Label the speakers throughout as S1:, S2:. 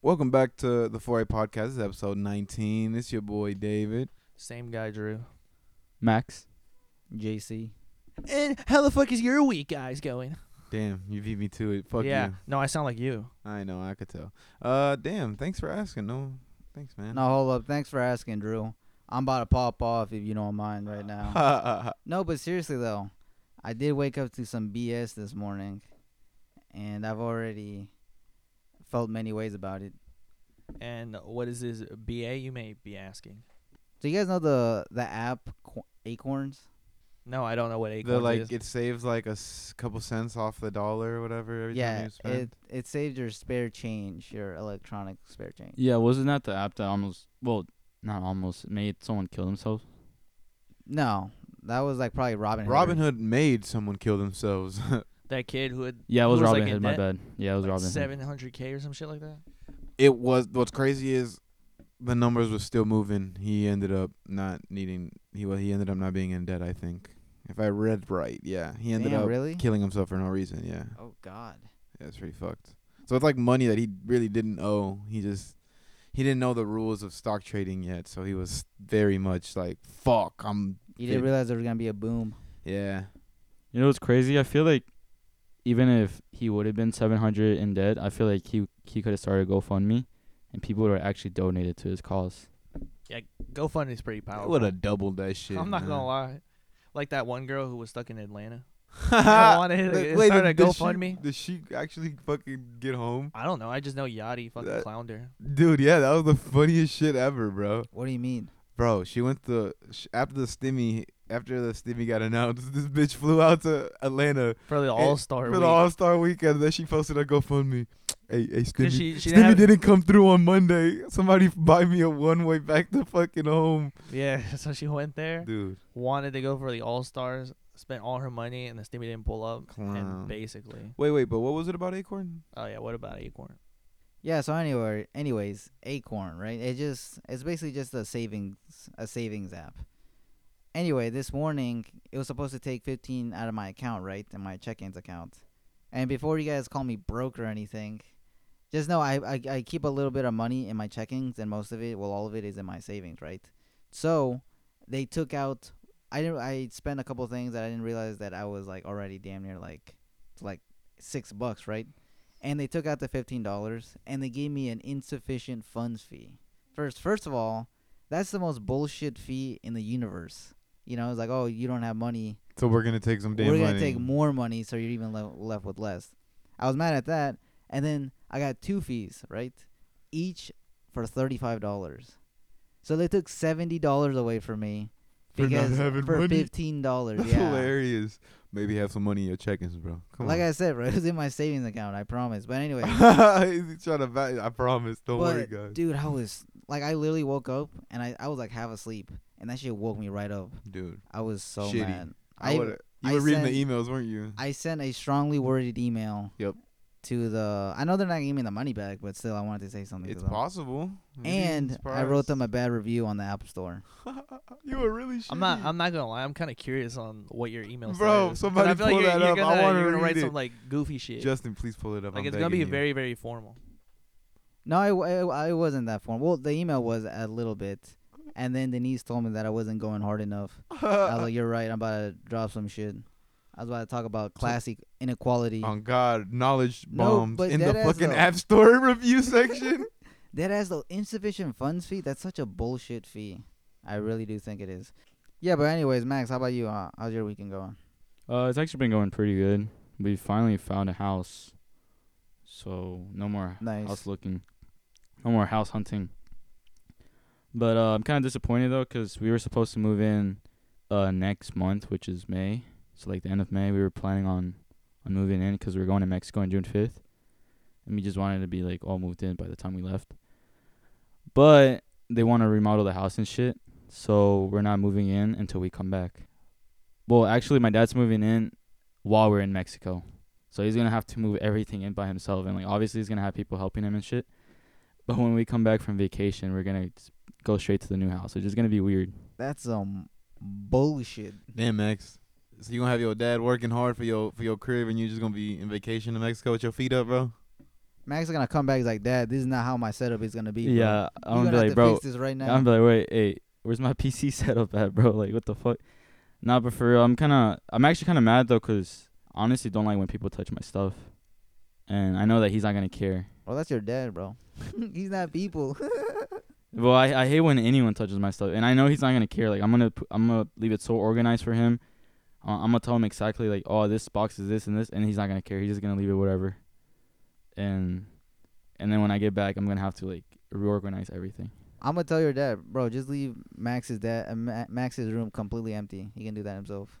S1: Welcome back to the 4A podcast. This is episode 19. It's your boy David.
S2: Same guy, Drew.
S3: Max, JC.
S2: And how the fuck is your week, guys, going?
S1: Damn, you beat me to it. Fuck
S2: yeah.
S1: you.
S2: No, I sound like you.
S1: I know, I could tell. Uh, damn. Thanks for asking. No, thanks, man.
S3: No, hold up. Thanks for asking, Drew. I'm about to pop off if you don't mind right now. no, but seriously though, I did wake up to some BS this morning, and I've already felt many ways about it.
S2: And what is this BA you may be asking?
S3: Do you guys know the the app Qu- Acorns?
S2: No, I don't know what
S1: the
S2: acorns
S1: like,
S2: is.
S1: it saves like a s- couple cents off the dollar or whatever every time
S3: yeah,
S1: you spend.
S3: it it saves your spare change, your electronic spare change.
S4: Yeah, wasn't that the app that almost well not almost made someone kill themselves?
S3: No, that was like probably Robin.
S1: Robin Hood made someone kill themselves.
S2: that kid who had
S4: Yeah, it was,
S2: who
S4: Robin
S2: like, in
S4: Hood, my
S2: debt,
S4: bad. Yeah, it was
S2: like
S4: Robin Hood.
S2: 700K or some shit like that?
S1: it was what's crazy is the numbers were still moving. He ended up not needing he well, he ended up not being in debt, I think. If I read right, yeah. He ended
S3: Damn,
S1: up
S3: really?
S1: killing himself for no reason, yeah.
S3: Oh God.
S1: Yeah, it's pretty fucked. So it's like money that he really didn't owe. He just he didn't know the rules of stock trading yet, so he was very much like, "Fuck, I'm
S3: You didn't
S1: Dude.
S3: realize there was gonna be a boom.
S1: yeah."
S4: You know what's crazy? I feel like even if he would have been seven hundred in debt, I feel like he he could have started GoFundMe and people would have actually donated to his cause.
S2: GoFundMe's pretty
S1: I
S2: powerful.
S1: would have doubled that shit.
S2: I'm not
S1: man.
S2: gonna lie. Like that one girl who was stuck in Atlanta. I
S1: Wait,
S2: wanted to
S1: wait,
S2: start a
S1: did, did she-
S2: GoFundMe.
S1: Did she actually fucking get home?
S2: I don't know. I just know Yachty fucking
S1: That-
S2: clowned her.
S1: Dude, yeah, that was the funniest shit ever, bro.
S3: What do you mean?
S1: Bro, she went to sh- after the stimmy after the stimmy got announced. This bitch flew out to Atlanta
S2: For the
S1: And-
S2: All Star
S1: for
S2: week.
S1: the All Star weekend. Then she posted a GoFundMe. Hey, hey, stimmy,
S2: she- she
S1: stimmy
S2: didn't have-
S1: didn't come through on Monday. Somebody buy me a one way back to fucking home,
S2: yeah, so she went there,
S1: dude.
S2: wanted to go for the All Stars, spent all her money, and the stimmy didn't pull up.
S1: Clown.
S2: And basically,
S1: Wait, wait, but what was it about Acorn?
S2: oh yeah, what about Acorn?
S3: Yeah, so anyway, anyways, Acorn, right? It just it's basically just a savings a savings app. Anyway, this morning it was supposed to take 15 out of my account, right? In my check-ins account. And before you guys call me broke or anything, just know I, I I keep a little bit of money in my checkings and most of it, well all of it is in my savings, right? So, they took out I didn't I spent a couple things that I didn't realize that I was like already damn near like like 6 bucks, right? and they took out the fifteen dollars and they gave me an insufficient funds fee. First, first of all, that's the most bullshit fee in the universe. You know, it's like, oh, you don't have money.
S1: So we're gonna take some damn
S3: We're
S1: money.
S3: gonna take more money, so you're even le- left with less. I was mad at that, and then I got two fees, right? Each for thirty-five dollars. So they took seventy dollars away from me
S1: For not
S3: because
S1: having
S3: for
S1: money?
S3: fifteen dollars.
S1: That's
S3: yeah.
S1: hilarious. Maybe have some money in your check-ins, bro. Come
S3: Like
S1: on.
S3: I said, bro, it was in my savings account. I promise. But anyway,
S1: He's trying to back. I promise. Don't worry,
S3: But,
S1: guys.
S3: Dude, I was like, I literally woke up and I, I was like half asleep, and that shit woke me right up.
S1: Dude,
S3: I was so
S1: Shitty.
S3: mad.
S1: I,
S3: I-
S1: would. You
S3: I
S1: were reading
S3: sent-
S1: the emails, weren't you?
S3: I sent a strongly worded email.
S1: Yep.
S3: To the, I know they're not giving me the money back, but still, I wanted to say something. to
S1: It's
S3: them.
S1: possible. You'd be
S3: And I
S1: surprised.
S3: wrote them a bad review on the App Store.
S1: you were really. Shitty.
S2: I'm not. I'm not gonna lie. I'm kind of curious on what your email.
S1: Bro,
S2: says. 'Cause
S1: somebody
S2: I feel
S1: pull
S2: like you're,
S1: that
S2: you're
S1: up. I
S2: Gonna,
S1: wanna
S2: you're gonna
S1: read
S2: write
S1: it.
S2: some like goofy shit.
S1: Justin, please pull it up.
S2: like
S1: I'm
S2: it's gonna
S1: begging you.
S2: be very, very formal.
S3: No, I, I, I wasn't that formal. Well, the email was a little bit, and then Denise told me that I wasn't going hard enough.
S1: Uh,
S3: I was like, "You're right. I'm about to drop some shit." I was about to talk about classic inequality.
S1: On Oh, God, knowledge
S3: No,
S1: bombs
S3: but
S1: in the
S3: dead ass
S1: fucking
S3: though.
S1: App Store review section.
S3: That has the insufficient funds fee. That's such a bullshit fee. I really do think it is. Yeah, but anyways, Max, how about you? Uh, how's your weekend going?
S4: Uh it's actually been going pretty good. We finally found a house. So no more
S3: Nice.
S4: house looking. No more house hunting. But uh, I'm kind of disappointed though, cause we were supposed to move in uh next month, which is May. So like the end of May, we were planning on on moving in, cause we were going to Mexico on June 5th, and we just wanted to be like all moved in by the time we left. But they want to remodel the house and shit, so we're not moving in until we come back. Well, actually, my dad's moving in while we're in Mexico. So he's gonna have to move everything in by himself, and like obviously he's gonna have people helping him and shit. But when we come back from vacation, we're gonna s- go straight to the new house, which is gonna be weird.
S3: That's some bullshit.
S1: Damn, Max. So you gonna have your dad working hard for your for your crib, and you just gonna be in vacation in Mexico with your feet up, bro?
S3: Mac's gonna come back. He's like, Dad, this is not how my setup is gonna be. Bro.
S4: yeah,
S3: You're
S4: I'm gonna
S3: have
S4: be like,
S3: to
S4: bro,
S3: fix this right now.
S4: I'm gonna be like, wait, hey, where's my PC setup at, bro? Like, what the fuck? Nah, but for real, I'm kind of, I'm actually kind of mad though, cause I honestly don't like when people touch my stuff, and I know that he's not gonna care.
S3: well, that's your dad, bro. He's not people.
S4: Well, I, I hate when anyone touches my stuff, and I know he's not gonna care. Like, I'm gonna, pu- I'm gonna leave it so organized for him. Uh, I'm gonna tell him exactly like, oh, this box is this and this, and he's not gonna care. He's just gonna leave it whatever, and, and then when I get back, I'm gonna have to like reorganize everything.
S3: I'm gonna tell your dad, bro. Just leave Max's dad, uh, Ma- Max's room completely empty. He can do that himself.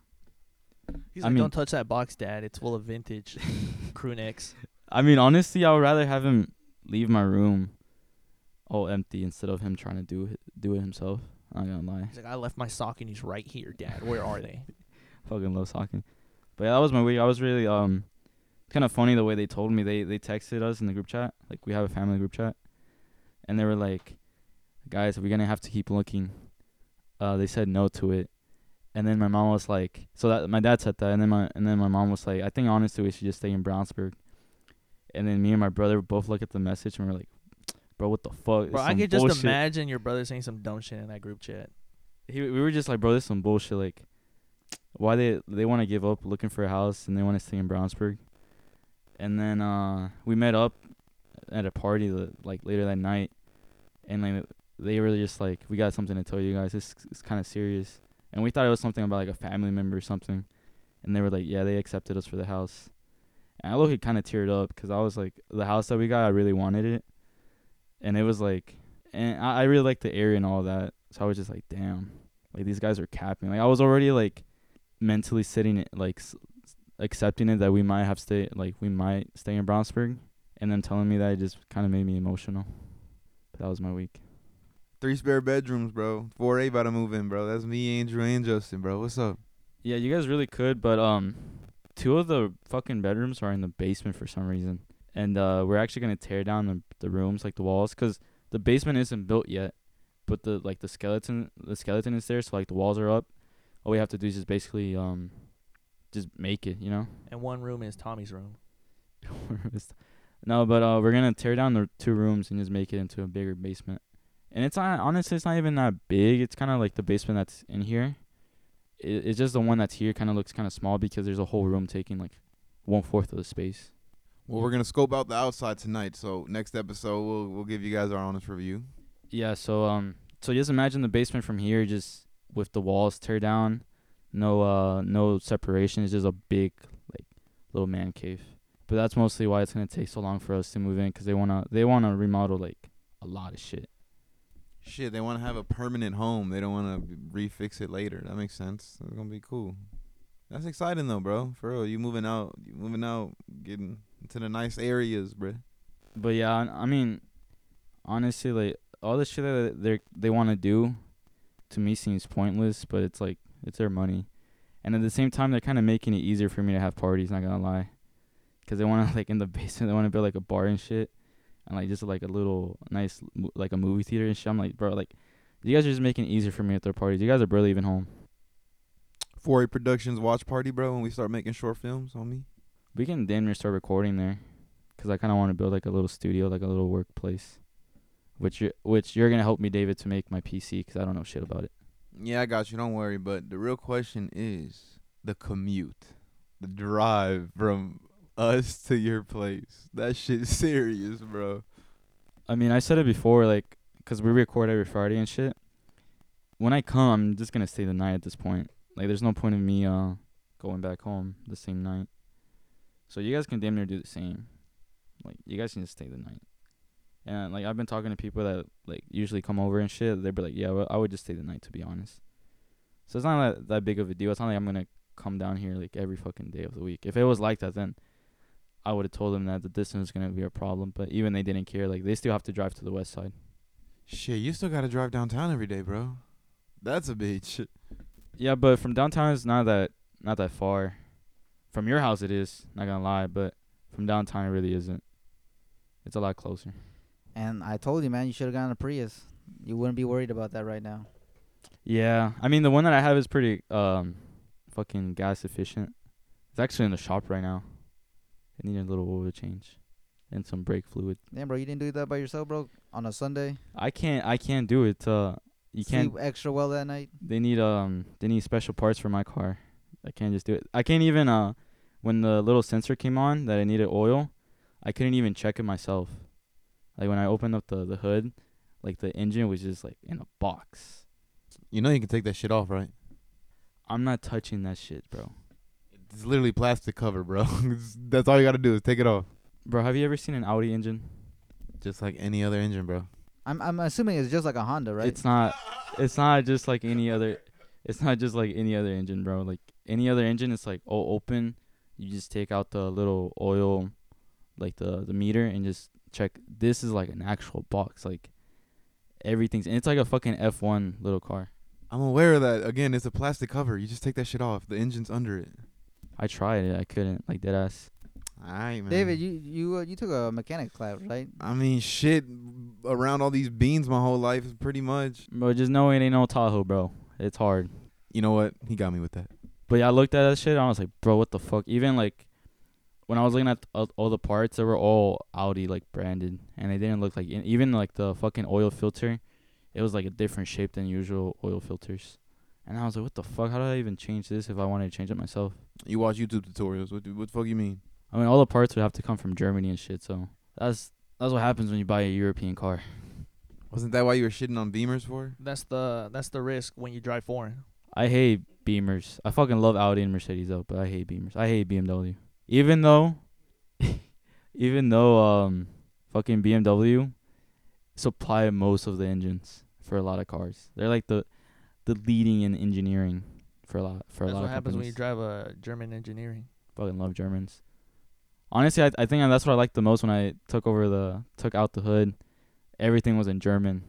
S2: He's
S4: I
S2: like,
S4: mean-
S2: don't touch that box, Dad. It's full of vintage crew necks.
S4: I mean, honestly, I would rather have him leave my room all empty instead of him trying to do it, do it himself. I'm not gonna lie,
S2: He's like, I left my sockies right here, Dad. Where are they?
S4: fucking love talking. But yeah, that was my week. I was really um, kind of funny the way they told me. They they texted us in the group chat. Like we have a family group chat, and they were like, "Guys, we're gonna have to keep looking." Uh, they said no to it, and then my mom was like, "So that my dad said that," and then my and then my mom was like, "I think honestly we should just stay in Brownsburg." And then me and my brother both looked at the message and we are like, "Bro, what the fuck?"
S2: Bro,
S4: This
S2: I
S4: some
S2: could just
S4: bullshit."
S2: imagine your brother saying some dumb shit in that group chat.
S4: he we were just like, bro, this is some bullshit. Like, why they they want to give up looking for a house and they want to stay in Brownsburg, and then uh we met up at a party the, like later that night, and like they were just like, we got something to tell you guys. This is kind of serious, and we thought it was something about like a family member or something, and they were like, yeah, they accepted us for the house, and I look kind of teared up because I was like, the house that we got, I really wanted it, and it was like, and I, I really liked the area and all that, so I was just like, damn. Like these guys are capping. Like I was already like mentally sitting it, like s- s- accepting it that we might have stay like we might stay in Brownsburg, and them telling me that it just kind of made me emotional. But that was my week.
S1: Three spare bedrooms, bro. 4A about to move in, bro. That's me, Andrew, and Justin, bro. What's up?
S4: Yeah, you guys really could, but um, two of the fucking bedrooms are in the basement for some reason, and uh, we're actually gonna tear down the, the rooms like the walls, cause the basement isn't built yet, but the like the skeleton the skeleton is there, so like the walls are up. All we have to do is just basically um, just make it, you know.
S2: And one room is Tommy's room.
S4: It's- no, but uh, we're gonna tear down the two rooms and just make it into a bigger basement. And it's not honestly, it's not even that big. It's kind of like the basement that's in here. It, it's just the one that's here kind of looks kind of small because there's a whole room taking like one fourth of the space.
S1: Well, we're gonna scope out the outside tonight. So next episode, we'll we'll give you guys our honest review.
S4: Yeah. So um, so just imagine the basement from here, just with the walls tear down, no uh, no separation. It's just a big like little man cave. But that's mostly why it's gonna take so long for us to move in because they wanna they wanna remodel like a lot of shit.
S1: Shit, they want to have a permanent home. They don't want to refix it later. That makes sense. That's gonna be cool. That's exciting though, bro. For real, you moving out, you moving out, getting into the nice areas, bro.
S4: But yeah, I- I mean, honestly, like all the shit that they they want to do, to me seems pointless. But it's like it's their money, and at the same time, they're kind of making it easier for me to have parties. Not gonna lie, because they want to like in the basement, they want to build like a bar and shit, and like just like a little nice mo- like a movie theater and shit. I'm like, bro, like you guys are just making it easier for me at their parties. You guys are barely even home.
S1: 4A Productions watch party, bro. When we start making short films, homie.
S4: We can damn near start recording there, cause I kind of want to build like a little studio, like a little workplace, which you which you're gonna help me, David, to make my PC, cause I don't know shit about it.
S1: Yeah, I got you. Don't worry. But the real question is the commute, the drive from us to your place. That shit's serious, bro.
S4: I mean, I said it before, like, cause we record every Friday and shit. When I come, I'm just gonna stay the night at this point. Like, there's no point in me uh going back home the same night. So you guys can damn near do the same. Like, you guys can just stay the night. And like, I've been talking to people that like usually come over and shit. They'd be like, yeah, well, I would just stay the night to be honest. So it's not that that big of a deal. It's not like I'm gonna come down here like every fucking day of the week. If it was like that, then I would have told them that the distance is gonna be a problem. But even they didn't care. Like they still have to drive to the west side.
S1: Shit, you still gotta drive downtown every day, bro. That's a bitch.
S4: Yeah, but from downtown it's not that not that far. From your house it is. Not gonna lie, but from downtown it really isn't. It's a lot closer.
S3: And I told you, man, you should have gotten a Prius. You wouldn't be worried about that right now.
S4: Yeah, I mean the one that I have is pretty um fucking gas efficient. It's actually in the shop right now. It needed a little oil change. and some brake fluid.
S3: Damn, bro, you didn't do that by yourself, bro. On a Sunday,
S4: I can't I can't do it. Uh, you can't.
S3: sleep extra well that night.
S4: They need um they need special parts for my car. I can't just do it. I can't even uh when the little sensor came on that I needed oil, I couldn't even check it myself. Like when I opened up the the hood, like the engine was just like in a box.
S1: You know you can take that shit off, right?
S4: I'm not touching that shit, bro.
S1: It's literally plastic cover, bro. It's- That's all you gotta do is take it off.
S4: Bro, have you ever seen an Audi engine?
S1: Just like any other engine, bro.
S3: I'm I'm assuming it's just like a Honda, right?
S4: It's not it's not just like any other it's not just like any other engine, bro. Like any other engine it's like all open. You just take out the little oil like the the meter and just check this is like an actual box like everything's and it's like a fucking F1 little car.
S1: I'm aware of that. Again, it's a plastic cover. You just take that shit off. The engine's under it.
S4: I tried it. I couldn't like that ass.
S1: All right, man.
S3: David, you you uh, you took a mechanics class, right?
S1: I mean, shit, around all these beans my whole life, pretty much.
S4: Bro, just know it ain't no Tahoe, bro. It's hard.
S1: You know what? He got me with that.
S4: But yeah, I looked at that shit and I was like, bro, what the fuck? Even like when I was looking at all- all the parts, they were all Audi like branded, and they didn't look like and even like the fucking oil filter. It was like a different shape than usual oil filters, and I was like, what the fuck? How do I even change this if I wanted to change it myself?
S1: You watch YouTube tutorials. What, do- what the fuck you mean?
S4: I mean, all the parts would have to come from Germany and shit. So that's that's what happens when you buy a European car.
S1: Wasn't that why you were shitting on Beamers for?
S2: That's the that's the risk when you drive foreign.
S4: I hate Beamers. I fucking love Audi and Mercedes though, but I hate Beamers. I hate BMW. Even though even though um fucking BMW supply most of the engines for a lot of cars. They're like the the leading in engineering for a lot for a
S2: That's
S4: lot
S2: what
S4: of
S2: happens when you
S4: companies.
S2: drive a German engineering.
S4: fucking love Germans. Honestly, I I think that's what I liked the most when I took over the took out the hood. Everything was in German.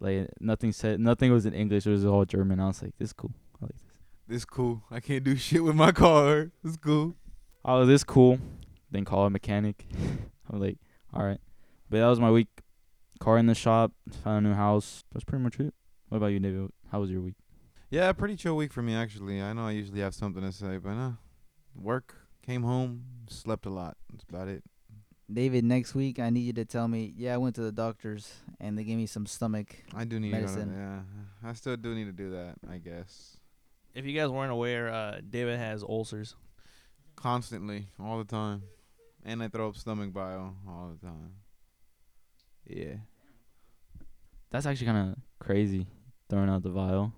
S4: Like nothing said nothing was in English. It was all German. I was like, this is cool.
S1: This cool. I can't do shit with my car. It's cool.
S4: oh, this cool. Then call a mechanic. I'm like, all right. But that was my week. Car in the shop, found a new house. That's pretty much it. What about you, David? How was your week?
S1: Yeah, pretty chill week for me actually. I know I usually have something to say, but uh, work, came home, slept a lot. That's about it.
S3: David, next week I need you to tell me. Yeah, I went to the doctors and they gave me some stomach.
S1: I do need to. Go
S3: Medicine.
S1: to, yeah, I still do need to do that. I guess
S2: If you guys weren't aware, uh, David has ulcers.
S1: constantly, all the time, and I throw up stomach bile all the time. Yeah.
S4: That's actually kind of crazy. Throwing out the vial.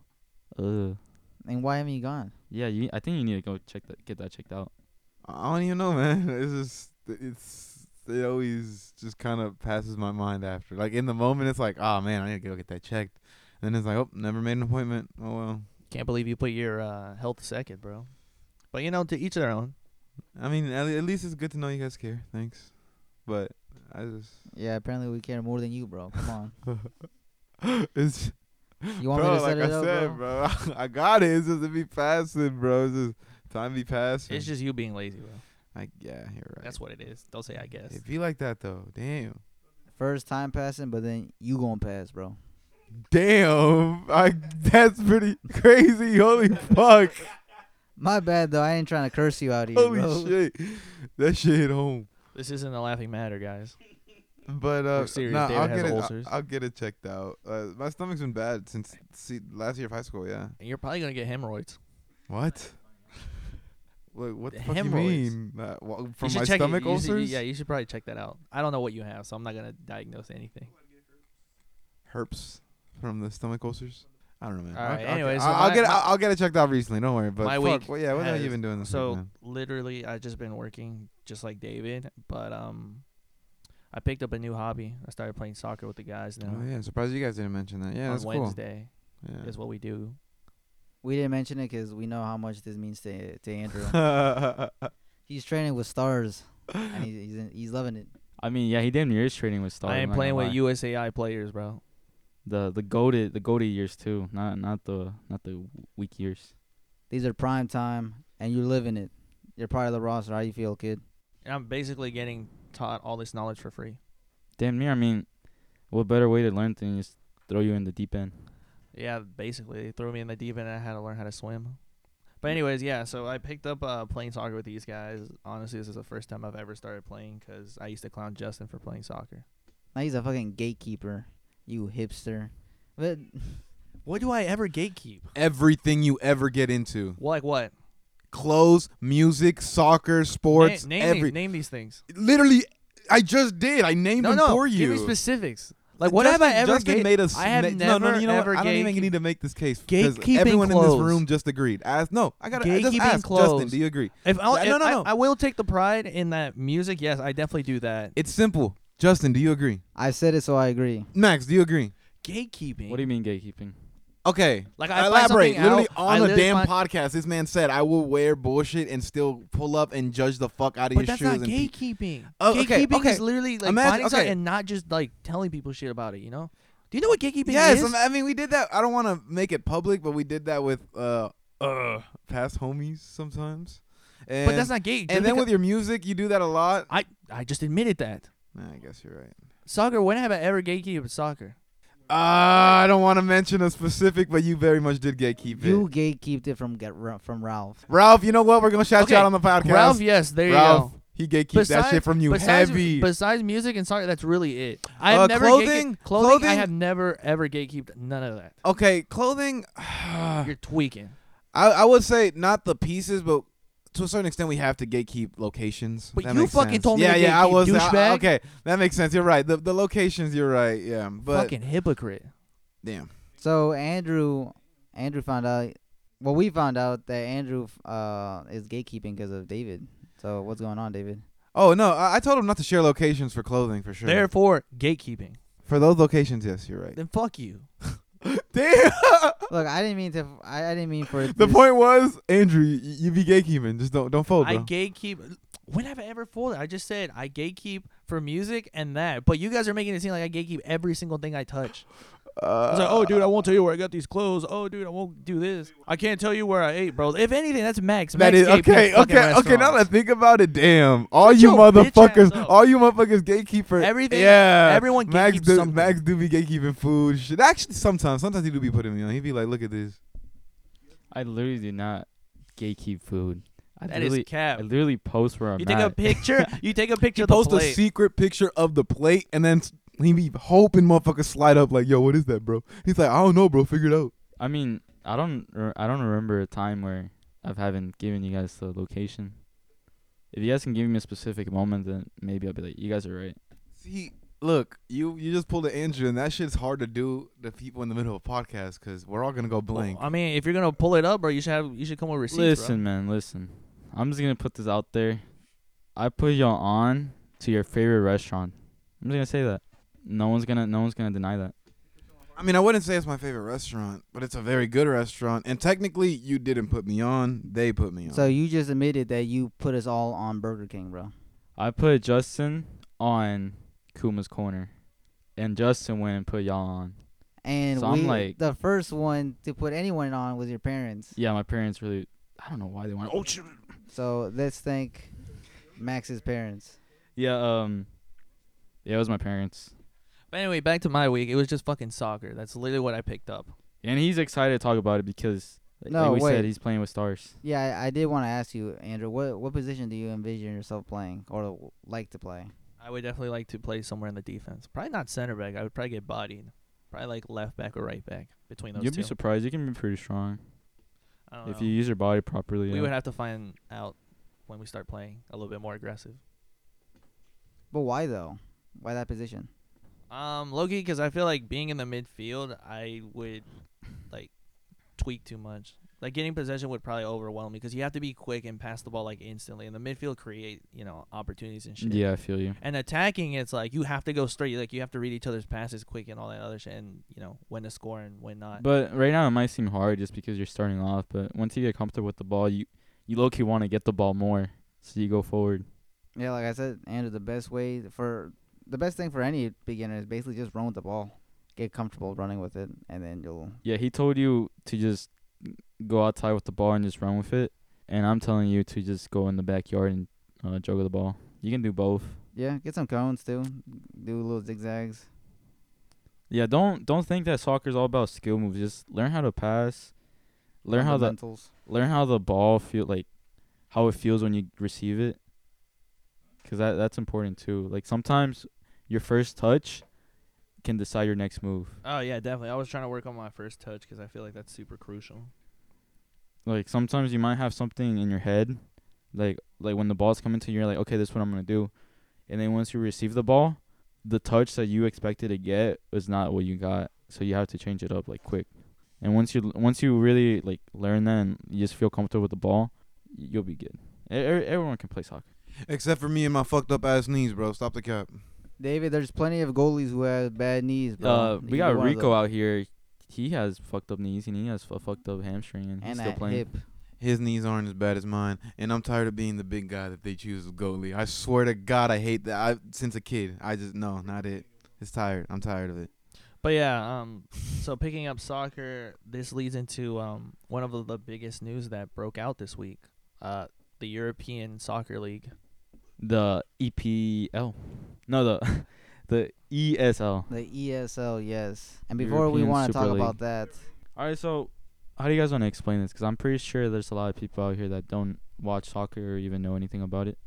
S4: Ugh.
S3: And why haven't you gone?
S4: Yeah, you. I think you need to go check that. Get that checked out.
S1: I don't even know, man. It's just it's it always just kind of passes my mind after. Like in the moment, it's like, oh man, I need to go get that checked. And then it's like, oh, never made an appointment. Oh well.
S2: Can't believe you put your uh, health second, bro. But you know, to each their own.
S1: I mean, at, le- at least it's good to know you guys care. Thanks. But I just
S3: Yeah, apparently we care more than you, bro. Come on.
S1: it's
S3: You want
S1: bro,
S3: me to
S1: like
S3: set it
S1: I
S3: up,
S1: said,
S3: bro?
S1: bro. I got it. It's just it be passing, bro. It's just time be passing.
S2: It's just you being lazy, bro.
S1: I, yeah, you're right.
S2: That's what it is. Don't say I guess.
S1: It be like that though. Damn.
S3: First time passing, but then you gonna pass, bro.
S1: Damn. I that's pretty crazy. Holy fuck.
S3: My bad though. I ain't trying to curse you out here,
S1: Holy
S3: bro.
S1: shit, that shit hit home.
S2: This isn't a laughing matter, guys.
S1: But uh,
S2: serious,
S1: nah,
S2: David
S1: I'll
S2: has
S1: get it.
S2: ulcers.
S1: I'll, I'll get it checked out. Uh, my stomach's been bad since see, last year of high school. Yeah.
S2: And you're probably gonna get hemorrhoids.
S1: What? Like what the, fuck
S2: Hemorrhoids.
S1: you mean? Uh, wha-
S2: You
S1: from
S2: should
S1: my
S2: check it.
S1: stomach
S2: You should-
S1: ulcers?
S2: yeah, you should probably check that out. I don't know what you have, so I'm not gonna diagnose anything.
S1: Herpes from the stomach ulcers. I don't know, man.
S2: All
S1: I'll-
S2: right,
S1: I'll,
S2: anyways, so
S1: I'll, I'll
S2: my-
S1: get it.
S2: my-
S1: I'll, I'll get it checked out recently. Don't worry. But
S2: My
S1: fuck,
S2: week
S1: well, yeah, what have you
S2: has-
S1: been doing this
S2: so
S1: week? man?
S2: literally i just been working just like david but um i picked up a new hobby i started playing soccer with the guys now
S1: Oh yeah, surprised you guys didn't mention that. Yeah,
S2: on
S1: that's
S2: wednesday
S1: cool. Yeah.
S2: is what we do
S3: We didn't mention it 'cause we know how much this means to to Andrew. he's training with stars, and he's he's, in, he's loving it.
S4: I mean, yeah, he damn near is trading with Star.
S2: i am playing with usai players bro
S4: The the goaded the goaded years too. Not not the not the weak years.
S3: These are prime time, and you're living it. You're part of the roster. How you feel, kid?
S2: and i'm basically getting taught all this knowledge for free
S4: Damn near. I mean, what better way to learn than just throw you in the deep end?
S2: yeah basically they threw me in the deep end and i had to learn how to swim But anyways, yeah. So I picked up uh, playing soccer with these guys. Honestly, this is the first time I've ever started playing because I used to clown Justin for playing soccer.
S3: Now he's a fucking gatekeeper, you hipster. But
S2: What do I ever gatekeep?
S1: Everything you ever get into.
S2: Like what?
S1: Clothes, music, soccer, sports,
S2: Na- name,
S1: every
S2: these, name these things.
S1: literally I just did. I named
S2: No,
S1: them
S2: no.
S1: for
S2: Give
S1: you.
S2: me specifics. Like what
S1: Justin,
S2: have I ever?
S1: Justin
S2: gate-
S1: made us
S2: I have
S1: ma-
S2: never
S1: no, no, you know
S2: ever
S1: what? I don't even
S2: gate-
S1: need to make this case because
S2: Gatekeeping
S1: everyone in
S2: clothes.
S1: this room just agreed. Ask no, I got to just
S2: Gatekeeping
S1: ask Justin,
S2: clothes.
S1: do you agree?
S2: If I'll,
S1: No,
S2: if
S1: no, no.
S2: I, I will take the pride in that music. Yes, I definitely do that.
S1: It's simple. Justin, do you agree?
S3: I said it, so I agree.
S1: Max, do you agree?
S2: Gatekeeping.
S4: What do you mean gatekeeping?
S1: Okay.
S2: Like, I find
S1: elaborate.
S2: something
S1: Literally
S2: out, I
S1: on the
S2: literally
S1: damn
S2: find-
S1: podcast, this man said, "I will wear bullshit and still pull up and judge the fuck out of
S2: But
S1: your
S2: that's
S1: shoes." and
S2: not
S1: pe-
S2: gatekeeping.
S1: Oh, okay,
S2: gatekeeping
S1: okay.
S2: is literally like
S1: Imagine-
S2: finding something
S1: okay.
S2: and not just like telling people shit about it. You know? Do you know what gatekeeping
S1: Yes,
S2: is?
S1: I'm- I mean we did that. I don't want to make it public, but we did that with uh, uh past homies sometimes. And,
S2: but that's not gate.
S1: And then with your music, you do that a lot.
S2: I I just admitted that
S1: Nah, I guess you're right.
S2: soccer. When have I ever gatekeeped soccer?
S1: Uh, I don't want to mention a specific, but you very much did gatekeep it.
S3: You gatekeeped it from get Ra- from Ralph.
S1: Ralph, you know what? We're gonna shout
S2: Okay,
S1: you out on the podcast.
S2: Ralph, yes, there you
S1: Ralph,
S2: go.
S1: he gatekeeped that
S2: Besides-
S1: shit from you.
S2: Besides,
S1: Heavy.
S2: besides music and soccer, that's really it. I have
S1: Uh,
S2: never
S1: clothing-
S2: gatekeep- clothing. I
S1: clothing-
S2: have never ever gatekeeped none of that.
S1: okay, clothing. Ah.
S2: You're tweaking.
S1: I, I would say not the pieces, but to a certain extent, we have to gatekeep locations.
S2: But
S1: That
S2: you
S1: makes
S2: fucking
S1: sense.
S2: told me
S1: Yeah,
S2: to
S1: yeah, I
S2: gatekeep,
S1: was. I- I,
S2: douchebag.
S1: okay, that makes sense. You're right. The the locations. You're right. Yeah, but
S2: Fucking hypocrite.
S1: damn.
S3: So Andrew, Andrew found out. Well, we found out that Andrew uh is gatekeeping because of David. So what's going on, David?
S1: Oh no, I, I told him not to share locations for clothing for sure.
S2: Therefore, gatekeeping.
S1: for those locations, yes, you're right.
S2: Then fuck you.
S1: Damn.
S3: Look, I didn't mean to. I, I didn't mean for
S1: the
S3: this-
S1: point was, Andrew, you, you be gatekeeping. Just don't don't fold,
S2: I
S1: bro.
S2: gatekeep. When have I ever folded? I just said I gatekeep for music and that. But you guys are making it seem like I gatekeep every single thing I touch.
S1: uh,
S2: It's like, oh, dude, I won't tell you where I got these clothes. Oh, dude, I won't do this. I can't tell you where I ate, bro. If anything, that's Max.
S1: That
S2: Max
S1: is
S2: gatekeeps
S1: okay,
S2: fucking
S1: okay, okay. Now that I
S2: restaurants.
S1: think about it, damn, all
S2: Shut
S1: you
S2: your bitch
S1: motherfuckers,
S2: ass up.
S1: all you motherfuckers, gatekeeper.
S2: Everything-
S1: yeah.
S2: everyone
S1: Max
S2: gatekeeps
S1: do,
S2: something.
S1: Max do be gatekeeping food. Shit. Actually, sometimes, sometimes he do be putting me on. He be like, "Look at this."
S4: I literally do not gatekeep food. I
S2: That
S4: literally,
S2: is cap.
S4: I literally post where I'm
S2: You take a
S4: at.
S2: picture. You take a picture
S1: He
S2: of the
S1: post a
S2: plate.
S1: secret picture of the plate, and then s- he be hoping motherfuckers slide up like, "Yo, what is that, bro?" He's like, "I don't know, bro. Figure it out."
S4: I mean, I don't, re- I don't remember a time where I haven't given you guys the location. If you guys can give me a specific moment, then maybe I'll be like, you guys are right.
S1: See, look, you you just pulled an Andrew, and that shit's hard to do to people in the middle of a podcast because we're all gonna go
S2: Well,
S1: blank.
S2: I mean, if you're gonna pull it up, bro, you should have. You should come with receipts, bro.
S4: listen, man, listen. I'm just gonna put this out there. I put y'all on to your favorite restaurant. I'm just gonna say that. No one's gonna, no one's gonna deny that.
S1: I mean, I wouldn't say it's my favorite restaurant, but it's a very good restaurant. And technically, you didn't put me on; they put me on.
S3: So you just admitted that you put us all on Burger King, bro.
S4: I put Justin on Kuma's corner, and Justin went and put y'all on.
S3: And
S4: So I'm
S3: we,
S4: like-
S3: the first one to put anyone on was your parents.
S4: Yeah, my parents really. I don't know why they want. Oh shit.
S3: So let's thank Max's parents.
S4: Yeah. Um. Yeah, it was my parents,
S2: But anyway, back to my week. It was just fucking soccer. That's literally what I picked up.
S4: and he's excited to talk about it because, like
S3: No,
S4: we
S3: wait.
S4: said, he's playing with stars.
S3: Yeah, I, I did want to ask you, Andrew, what what position do you envision yourself playing or w- like to play?
S2: I would definitely like to play somewhere in the defense. Probably not center back. I would probably get bodied. Probably like left back or right back between those
S4: You'd
S2: two.
S4: be surprised. You can be pretty strong
S2: I don't
S4: if
S2: know.
S4: you use your body properly.
S2: we
S4: yeah.
S2: would have to find out when we start playing a little bit more aggressive.
S3: But why though? Why that position?
S2: Um, Loki, because I feel like being in the midfield, I would like tweak too much. Like getting possession would probably overwhelm me because you have to be quick and pass the ball like instantly. And the midfield create you know opportunities and shit.
S4: yeah, I feel you.
S2: And attacking, it's like you have to go straight. Like you have to read each other's passes quick and all that other shit, and you know when to score and when not.
S4: But right now it might seem hard just because you're starting off. But once you get comfortable with the ball, you you low key want to get the ball more, so you go forward.
S3: Yeah, like I said, Andrew, the best way for the best thing for any beginner is basically just run with the ball, get comfortable running with it, and then you'll.
S4: Yeah, he told you to just go outside with the ball and just run with it, and I'm telling you to just go in the backyard and uh, juggle the ball. You can do both.
S3: Yeah, get some cones too. Do little zigzags.
S4: Yeah, don't don't think that soccer's all about skill moves. Just learn how to pass, learn how to
S3: fundamentals.
S4: learn how the ball feel like how it feels when you receive it because that that's important too like sometimes your first touch can decide your next move
S2: Oh yeah, definitely. I was trying to work on my first touch because I feel like that's super crucial.
S4: like sometimes you might have something in your head like like when the ball's coming to you you're like okay this is what i'm gonna do and then once you receive the ball the touch that you expected to get was not what you got so you have to change it up like quick and once you once you really like learn that and you just feel comfortable with the ball y- you'll be good E- e- everyone can play soccer
S1: Except for me and my fucked up ass knees, bro. Stop the cap.
S3: David, there's plenty of goalies who have bad knees, bro.
S4: uh,
S3: You
S4: we
S3: can
S4: got
S3: be one of
S4: rico
S3: them.
S4: out here he has fucked up knees and he has a fucked up hamstring and, he's
S3: and
S4: still
S3: that
S4: playing
S3: hip.
S1: His knees aren't as bad as mine, and I'm tired of being the big guy that they choose as goalie. I swear to God, I hate that. I since a kid, I just no, not it. It's tired. I'm tired of it.
S2: But yeah, um, so picking up soccer, this leads into um one of the, the biggest news that broke out this week. Uh, the European Soccer League.
S4: the EPL. No, the the E ESL.
S3: The ESL, yes. And before we
S4: European
S3: want to
S4: Super
S3: talk
S4: League.
S3: about that,
S4: All right, so how do you guys want to explain this? Because I'm pretty sure there's a lot of people out here that don't watch soccer or even know anything about it.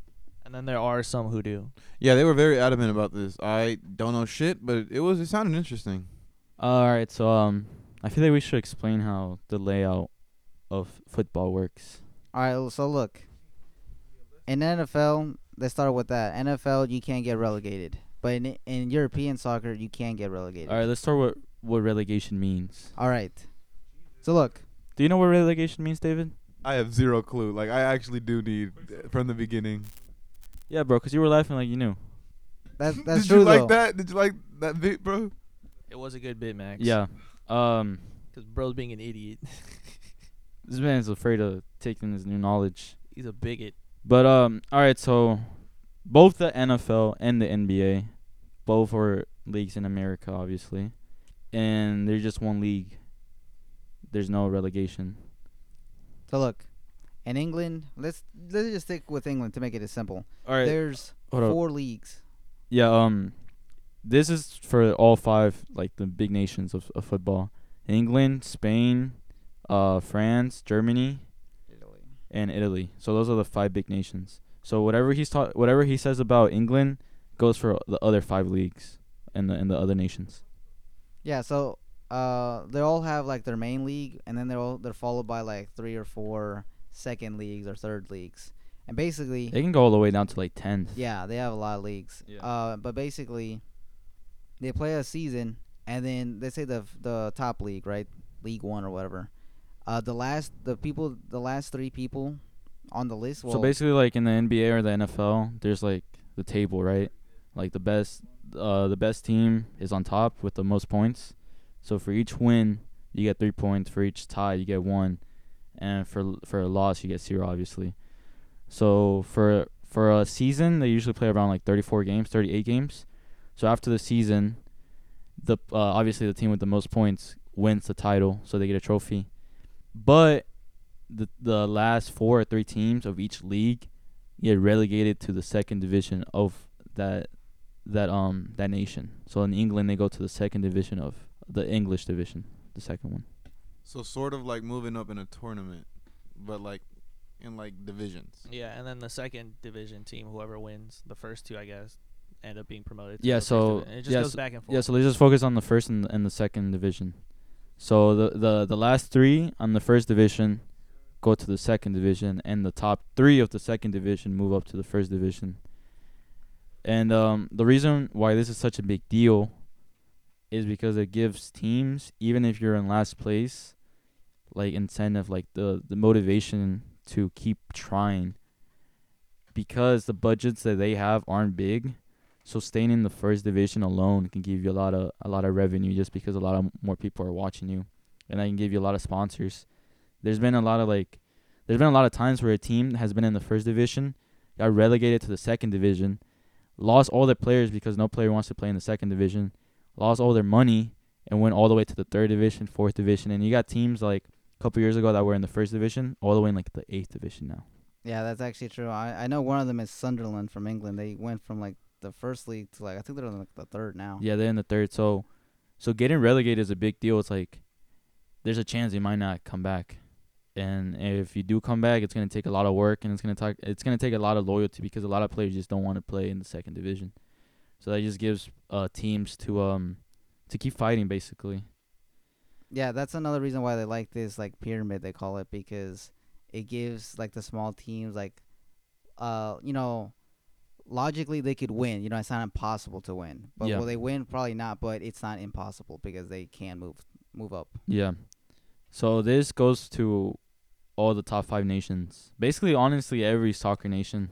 S2: And then there are some who do.
S1: Yeah, they were very adamant about this. I don't know shit, but it was it sounded interesting.
S4: All right, so um, I feel like we should explain how the layout of football works.
S3: all right. l- So look, in NFL, let's start with that. NFL, you can't get relegated, but in in European soccer, you can get relegated.
S4: All right, let's start with what relegation means.
S3: All right. So look,
S4: Do you know what relegation means, David?
S1: I have zero clue. Like I actually do need uh, from the beginning.
S4: Yeah, bro, because you were laughing like you knew.
S3: that's that's
S1: Did
S3: true
S1: you like
S3: though.
S1: that? Did you like that bit, bro?
S2: It was a good bit, Max.
S4: Yeah. Um,
S2: Because bro's being an idiot.
S4: this man's afraid of taking his new knowledge.
S2: He's a bigot.
S4: But um, all right. So both the NFL and the NBA, both are leagues in America, obviously, and there's just one league. There's no relegation.
S3: So look, in England, let's let's just stick with England to make it as simple.
S4: All right.
S3: There's
S4: hold up.
S3: four leagues.
S4: Yeah. Um, this is for all five like the big nations of, of football: England, Spain, uh, France, Germany, and Italy. So those are the five big nations. So whatever he's taught, whatever he says about England, goes for the other five leagues and the and the other nations.
S3: Yeah, so uh, they all have like their main league, and then they're all they're followed by like three or four second leagues or third leagues, and basically,
S4: It can go all the way down to like tenth.
S3: yeah, they have a lot of leagues.
S4: Yeah.
S3: Uh, but basically, they play a season, and then they say the the top league, right, League One or whatever. Uh, the last the people the last three people on the list. Well,
S4: so basically, like in the NBA or the NFL, there's like the table, right? Like the best, uh, the best team is on top with the most points. So for each win, you get three points. For each tie, you get one, and for for a loss, you get zero, obviously. So for for a season, they usually play around like 34 games, 38 games. So after the season, the uh, obviously the team with the most points wins the title, so they get a trophy. But the the last four or three teams of each league get relegated to the second division of that that um that nation. So in England they go to the second division of the English division, the second one.
S1: So sort of like moving up in a tournament, but like in like divisions.
S2: Yeah, and then the second division team, whoever wins the first two, I guess, end up being promoted. To
S4: Yeah,
S2: the first
S4: so-
S2: divi- and it just
S4: yeah,
S2: goes
S4: so-
S2: back and forth.
S4: Yeah, so let's just focus on the first and the, and the second division. So the, the the last three on the first division go to the second division, and the top three of the second division move up to the first division. And um, the reason why this is such a big deal is because it gives teams, even if you're in last place, like incentive, like the the motivation to keep trying. Because the budgets that they have aren't big, so staying in the first division alone can give you a lot of a lot of revenue just because a lot of more people are watching you, and that can give you a lot of sponsors. There's been a lot of like, there's been a lot of times where a team has been in the first division, got relegated to the second division, lost all their players because no player wants to play in the second division, lost all their money, and went all the way to the third division, fourth division, and you got teams like a couple years ago that were in the first division, all the way in like the eighth division now.
S3: Yeah, that's actually true. I, I know one of them is Sunderland from England. They went from like the first league to like I think they're on like the third now.
S4: Yeah, they're in the third. So, so getting relegated is a big deal. It's like there's a chance they might not come back And if you do come back, it's gonna take a lot of work, and it's gonna take it's gonna take a lot of loyalty because a lot of players just don't want to play in the second division. So that just gives uh teams to um to keep fighting basically.
S3: Yeah, that's another reason why they like this like pyramid they call it because it gives like the small teams like uh you know logically they could win, you know, it's not impossible to win. But
S4: Yeah.
S3: will they win? Probably not, but it's not impossible because they can move move up.
S4: Yeah. So this goes to all the top five nations. Basically, honestly, every soccer nation,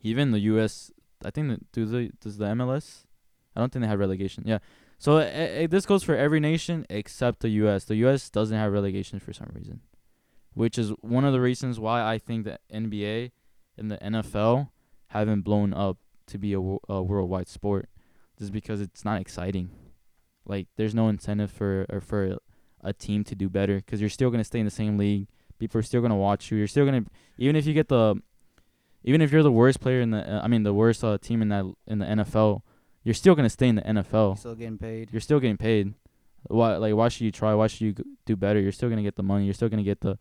S4: even the U.S. I think that, do the does the MLS? I don't think they have relegation. Yeah. So eh, eh, this goes for every nation except the U.S. The U.S. doesn't have relegation for some reason, which is one of the reasons why I think the NBA and the NFL haven't blown up to be a, wo- a worldwide sport, just because it's not exciting. Like there's no incentive for or for a team to do better because you're still gonna stay in the same league. People are still gonna watch you. You're still gonna even if you get the even if you're the worst player in the uh, I mean the worst uh, team in that in the NFL, you're still gonna stay in the NFL.
S3: Still getting paid.
S4: Oh. You're still getting paid. Why like why should you try? Why should you g- do better? You're still gonna get the money. You're still gonna get the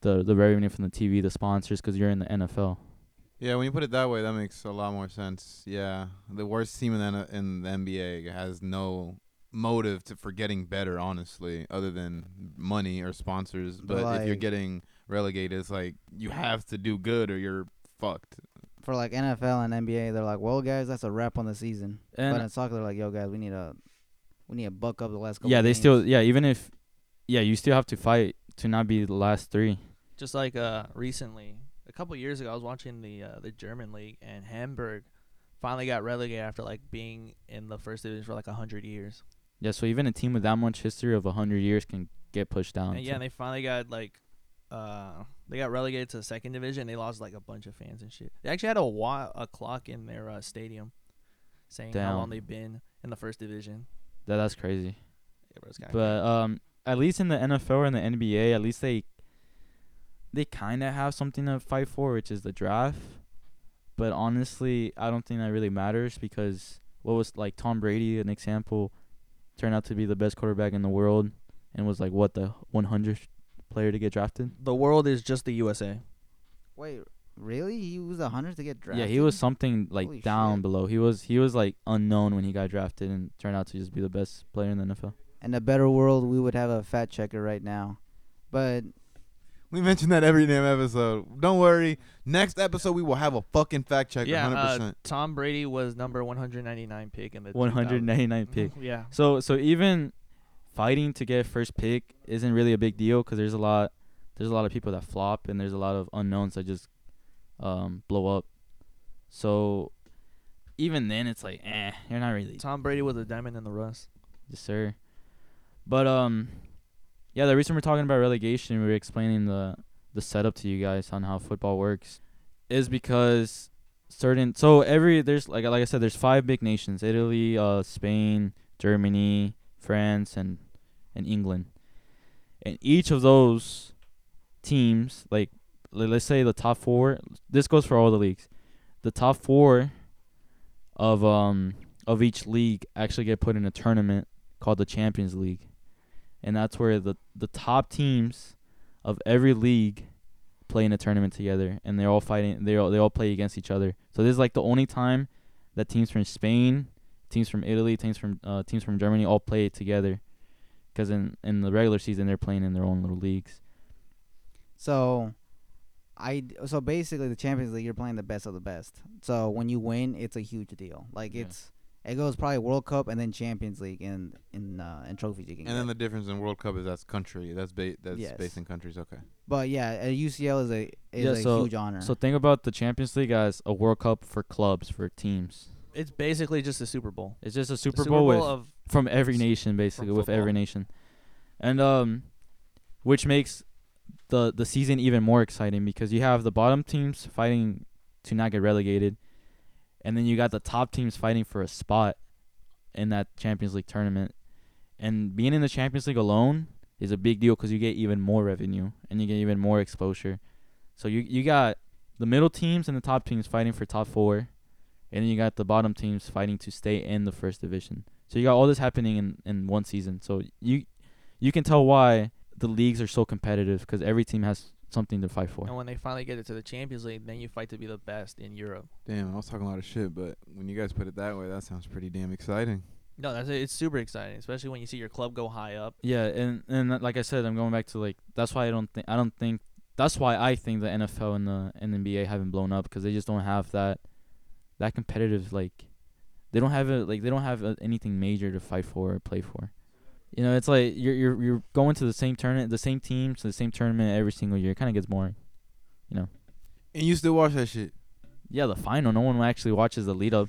S4: the the revenue from the TV, the sponsors, because you're in the NFL.
S1: Yeah, when you put it that way, that makes a lot more sense. Yeah, the worst team in the, in the NBA has no motive to for getting better, honestly, other than money or sponsors.
S3: But
S1: But if you're
S3: like-
S1: getting relegated, it's like you have to do good or you're fucked.
S3: For like NFL and NBA, they're like, Well guys, that's a wrap on the season.
S4: And
S3: but in soccer, they're like, "Yo, guys, we need a, we need a buck up the last couple."
S4: yeah, they
S3: games."
S4: still yeah even if yeah you still have to fight to not be the last three.
S2: just like uh recently a couple years ago i was watching the uh, the german league and hamburg finally got relegated after like being in the first division for like 100 years
S4: Yeah, so even a team with that much history of a hundred years can get pushed down.
S2: and yeah
S4: to-
S2: and they finally got like uh they got relegated to the second division they lost like a bunch of fans and shit they actually had a wa- a clock in their uh, stadium saying how
S4: Damn.
S2: long they've been in the first division
S4: That that's crazy.
S2: Yeah, bro, it's kinda
S4: But um, at least in the NFL or in the NBA, at least they they kind of have something to fight for, which is the draft. But honestly, I don't think that really matters because what was like Tom Brady, an example, turned out to be the best quarterback in the world, and was like what the 100th player to get drafted.
S2: crazy. the world is just the usa
S3: Wait, really? He was a hundred to get drafted.
S4: Yeah, he was something like
S3: Holy
S4: down
S3: shit.
S4: below. He was he was like unknown when he got drafted and turned out to just be the best player in the NFL.
S3: In a better world, we would have a fat checker right now, but
S1: We mention that every damn episode. Don't worry. Next episode, we will have a fucking fact checker.
S2: yeah
S1: 100%.
S2: uh, tom brady was number 199 pick in the 2000.
S4: 199 pick.
S2: yeah
S4: So so even fighting to get first pick isn't really a big deal because there's a lot there's a lot of people that flop and there's a lot of unknowns that just um, blow up. So even then it's like eh, you're not really
S2: Tom Brady was a diamond in the rust.
S4: yes sir. But um, yeah, the reason we're talking about relegation, we were explaining the the setup to you guys on how football works, is because certain so every there's like like I said there's five big nations: Italy, uh, Spain, Germany, France, and and England. And each of those teams, like le- let's say the top four, this goes for all the leagues. The top four of um of each league actually get put in a tournament called the Champions League. And that's where the, the top teams of every league play in a tournament together and they're all fighting they all they all play against each other. So this is like the only time that teams from Spain, teams from Italy, teams from uh, teams from Germany all play together. Cuz in in the regular season they're playing in their own little leagues.
S3: so, I d- so basically the Champions League, you're playing the best of the best. So when you win, it's a huge deal. Like
S4: Yeah.
S3: it's it goes probably World Cup and then Champions League and in uh, and trophies you can.
S1: and then
S3: get.
S1: the difference in World Cup is that's country. That's ba- that's
S3: Yes.
S1: based in countries. Okay.
S3: but yeah, a UCL is a is
S4: Yeah,
S3: a
S4: so-
S3: huge honor.
S4: So think about the Champions League as a World Cup for clubs for teams.
S2: It's basically just a Super Bowl.
S4: It's just a
S2: The
S4: Super, Bowl, with
S2: of
S4: from every
S2: S-
S4: nation basically with
S2: football.
S4: every nation and um which makes the the season even more exciting because you have the bottom teams fighting to not get relegated and then you got the top teams fighting for a spot in that Champions League tournament and being in the Champions League alone is a big deal cuz you get even more revenue and you get even more exposure so you you got the middle teams and the top teams fighting for top 4 and then you got the bottom teams fighting to stay in the first division so you got all this happening in, in one season. So you you can tell why the leagues are so competitive because every team has something to fight for.
S2: And when they finally get it to the Champions League, then you fight to be the best in Europe.
S1: Damn, I was talking a lot of shit, but when you guys put it that way, that sounds pretty damn exciting.
S2: No, that's it. It's super exciting, especially when you see your club go high up.
S4: Yeah, and and that- like I said, I'm going back to like that's why I don't think I don't think that's why I think the NFL and the and NBA haven't blown up because they just don't have that that competitive like they don't have a like they don't have a, anything major to fight for or play for. You know, it's like you're you're you're going to the same tournament, the same teams, to the same tournament every single year. It kind of gets boring.
S1: And you still watch that shit.
S4: Yeah, the final, no one actually watches the lead up.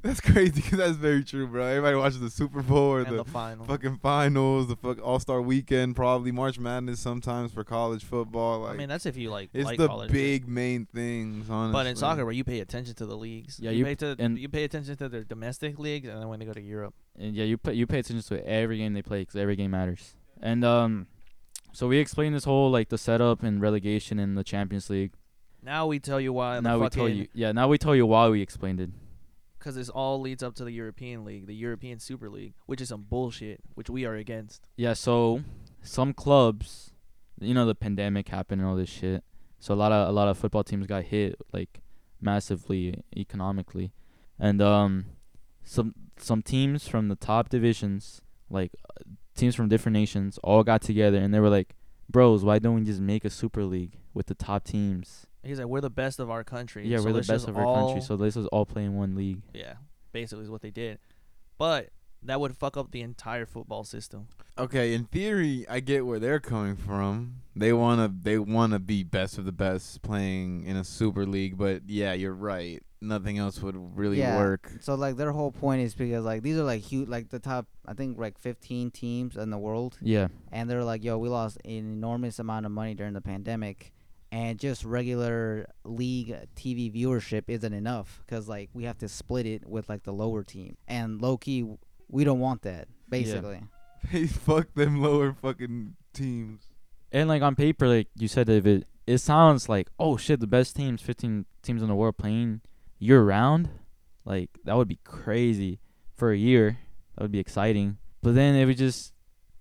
S1: That's crazy 'cause that's very true, bro. Everybody watches the Super Bowl or
S2: and
S1: the,
S2: the, final.
S1: fucking finals, the fuck All Star Weekend, probably March Madness sometimes for college football. Like,
S2: I mean, that's if you like
S1: it's
S2: like
S1: the
S2: college.
S1: big main things, honestly.
S2: But in soccer, where you pay attention to the leagues,
S4: Yeah,
S2: you,
S4: you-
S2: pay to
S4: and-
S2: you pay attention to their domestic leagues, and then when they go to Europe,
S4: And yeah, you pay you pay attention to every game they play because every game matters. And um, so we explained this whole like the setup and relegation in the Champions League.
S2: now we tell you why.
S4: now
S2: the
S4: we
S2: fucking,
S4: tell you, yeah. Now we tell you why we explained it.
S2: because this all leads up to the European League, the European Super League, which is some bullshit, which we are against.
S4: Yeah. So some clubs, you know, the pandemic happened and all this shit. So a lot of a lot of football teams got hit like massively economically, and um, some some teams from the top divisions, like uh, teams from different nations, all got together and they were like, "Bros, why don't we just make a super league with the top teams?
S2: He's like, we're the best of our country.
S4: Yeah,
S2: so
S4: we're the
S2: let's just
S4: best of our
S2: all-
S4: country, so let's just all play in one league."
S2: yeah, basically is what they did, but that would fuck up the entire football system.
S1: okay, in theory, I get where they're coming from. They wanna they wanna be best of the best playing in a Super League, but yeah, you're right. Nothing else would really
S3: Yeah.
S1: work.
S3: So like their whole point is because like these are like huge, like the top I think like 15 teams in the world,
S4: Yeah.
S3: and they're like, yo, we lost an enormous amount of money during the pandemic, and just regular league TV viewership isn't enough because like we have to split it with like the lower team, and low key we don't want that basically.
S1: They fuck them lower fucking teams.
S4: And like on paper, like you said, David, it sounds like oh shit, the best teams, fifteen teams in the world playing year round, like that would be crazy for a year. That would be exciting. But then it would just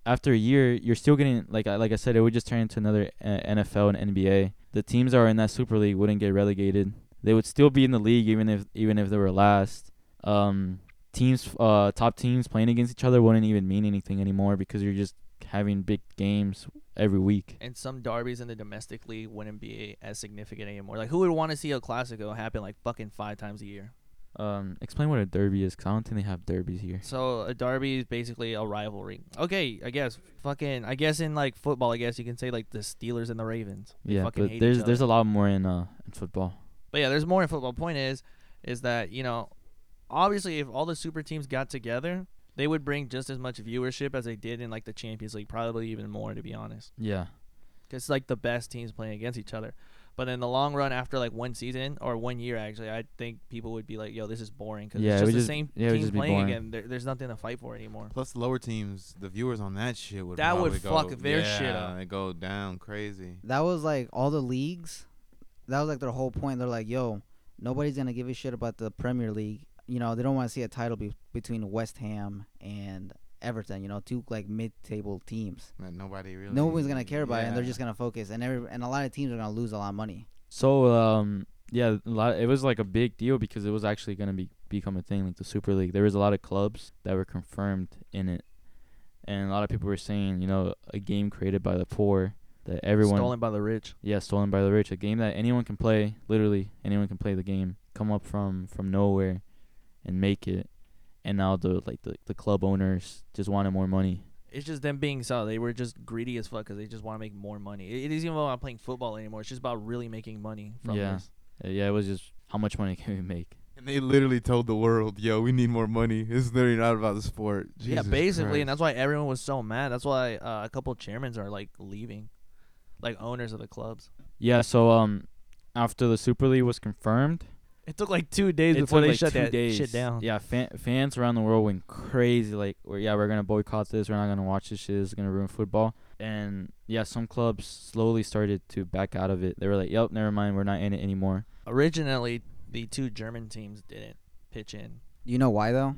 S4: after a year, you're still getting like I like I said, it would just turn into another uh, NFL and NBA. The teams that are in that Super League wouldn't get relegated. They would still be in the league even if even if they were last. Um, teams, uh, top teams playing against each other wouldn't even mean anything anymore because you're just having big games every week.
S2: And some derbies in the domestic league wouldn't be as significant anymore. Like, who would want to see a Clasico happen like fucking five times a year?
S4: Um, explain what a derby is, 'cause I don't think they have derbies here.
S2: So a derby is basically a rivalry. Okay, I guess fucking. I guess in like football, I guess you can say like the Steelers and the Ravens. They
S4: yeah,
S2: fucking
S4: but
S2: hate
S4: there's
S2: each
S4: there's
S2: other.
S4: a lot more in uh in football.
S2: But yeah, there's more in football. Point is, is that you know, obviously, if all the super teams got together, they would bring just as much viewership as they did in like the Champions League, probably even more to be honest,
S4: Yeah,
S2: because like the best teams playing against each other. But in the long run, after like one season or one year, actually, I think people would be like, "Yo, this is boring," because
S4: Yeah,
S2: it's just
S4: it would
S2: the
S4: just-
S2: same
S4: yeah, it would
S2: teams
S4: just be
S2: playing
S4: boring.
S2: again. There, there's nothing to fight for anymore.
S1: Plus the lower teams, the viewers on that shit would
S2: That would
S1: probably go-
S2: fuck their shit
S1: yeah,
S2: up.
S1: It go down crazy.
S3: That was like all the leagues. That was like their whole point. They're like, yo, nobody's gonna give a shit about the Premier League. You know, they don't want to see a title be- between West Ham and Everton. You know, two like mid-table teams.
S1: That nobody really.
S3: No one's gonna care about it, and they're
S1: yeah.
S3: just gonna focus. And every and a lot of teams are gonna lose a lot of money.
S4: So um yeah, a lot it was like a big deal because it was actually gonna be become a thing like the Super League. There was a lot of clubs that were confirmed in it, and a lot of people were saying you know a game created by the poor that everyone
S2: Stolen by the rich.
S4: yeah stolen by the rich a game that anyone can play literally anyone can play the game come up from from nowhere and make it and now the like the, the club owners just wanted more money
S2: It's just them being solid. They were just greedy as fuck because they just want to make more money. It, it isn't even about playing football anymore. It's just about really making money from
S4: Yeah.
S2: this.
S4: Uh, yeah it was just how much money can we make
S1: And they literally told the world, "Yo, we need more money. It's literally not about the sport."
S2: yeah,
S1: Jesus
S2: basically, and
S1: Christ.
S2: that's why everyone was so mad. That's why uh, a couple chairmans are like leaving, like owners of the clubs.
S4: yeah so um after the super league was confirmed
S2: It took like two days
S4: It
S2: before
S4: took,
S2: they
S4: like,
S2: shut
S4: two
S2: that
S4: days.
S2: shit down.
S4: Yeah, fan, fans around the world went crazy. Like, we're, yeah, we're gonna boycott this. We're not gonna watch this shit. It's gonna ruin football. And yeah, some clubs slowly started to back out of it. They were like, "Yep, never mind. We're not in it anymore."
S2: Originally, the two German teams didn't pitch in.
S3: You know why though?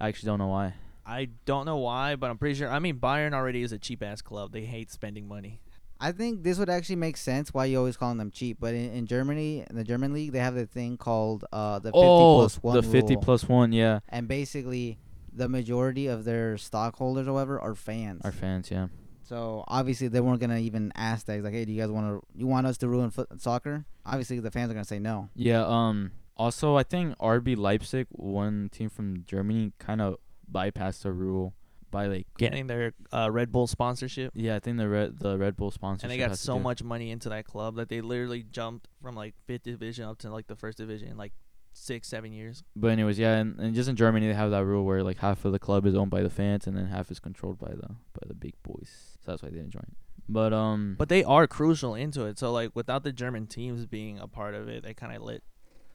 S4: I actually don't know why.
S2: I don't know why, but I'm pretty sure. I mean, Bayern already is a cheap ass club. They hate spending money.
S3: I think this would actually make sense why you always calling them cheap. But in, in Germany, in the German league, they have the thing called uh, the 50
S2: Oh,
S3: plus one
S4: Oh, the fifty
S3: rule.
S4: plus one, yeah,
S3: and basically the majority of their stockholders or whatever are fans.
S4: our fans, yeah.
S3: so obviously they weren't gonna even ask that like, hey, do you guys want to? You want us to ruin foot- soccer? Obviously the fans are gonna say no.
S4: Yeah. Um. Also, I think RB Leipzig, one team from Germany, kind of bypassed the rule by like.
S2: Getting their uh, Red Bull sponsorship,
S4: Yeah, I think the Red the Red Bull sponsorship.
S2: and they got
S4: has to
S2: so
S4: do-
S2: much money into that club that they literally jumped from like fifth division up to like the first division in like six, seven years.
S4: But anyways, yeah, and, and just in Germany they have that rule where like half of the club is owned by the fans and then half is controlled by the by the big boys. So that's why they didn't join. But um.
S2: But they are crucial into it. So like, without the German teams being a part of it, they kind of let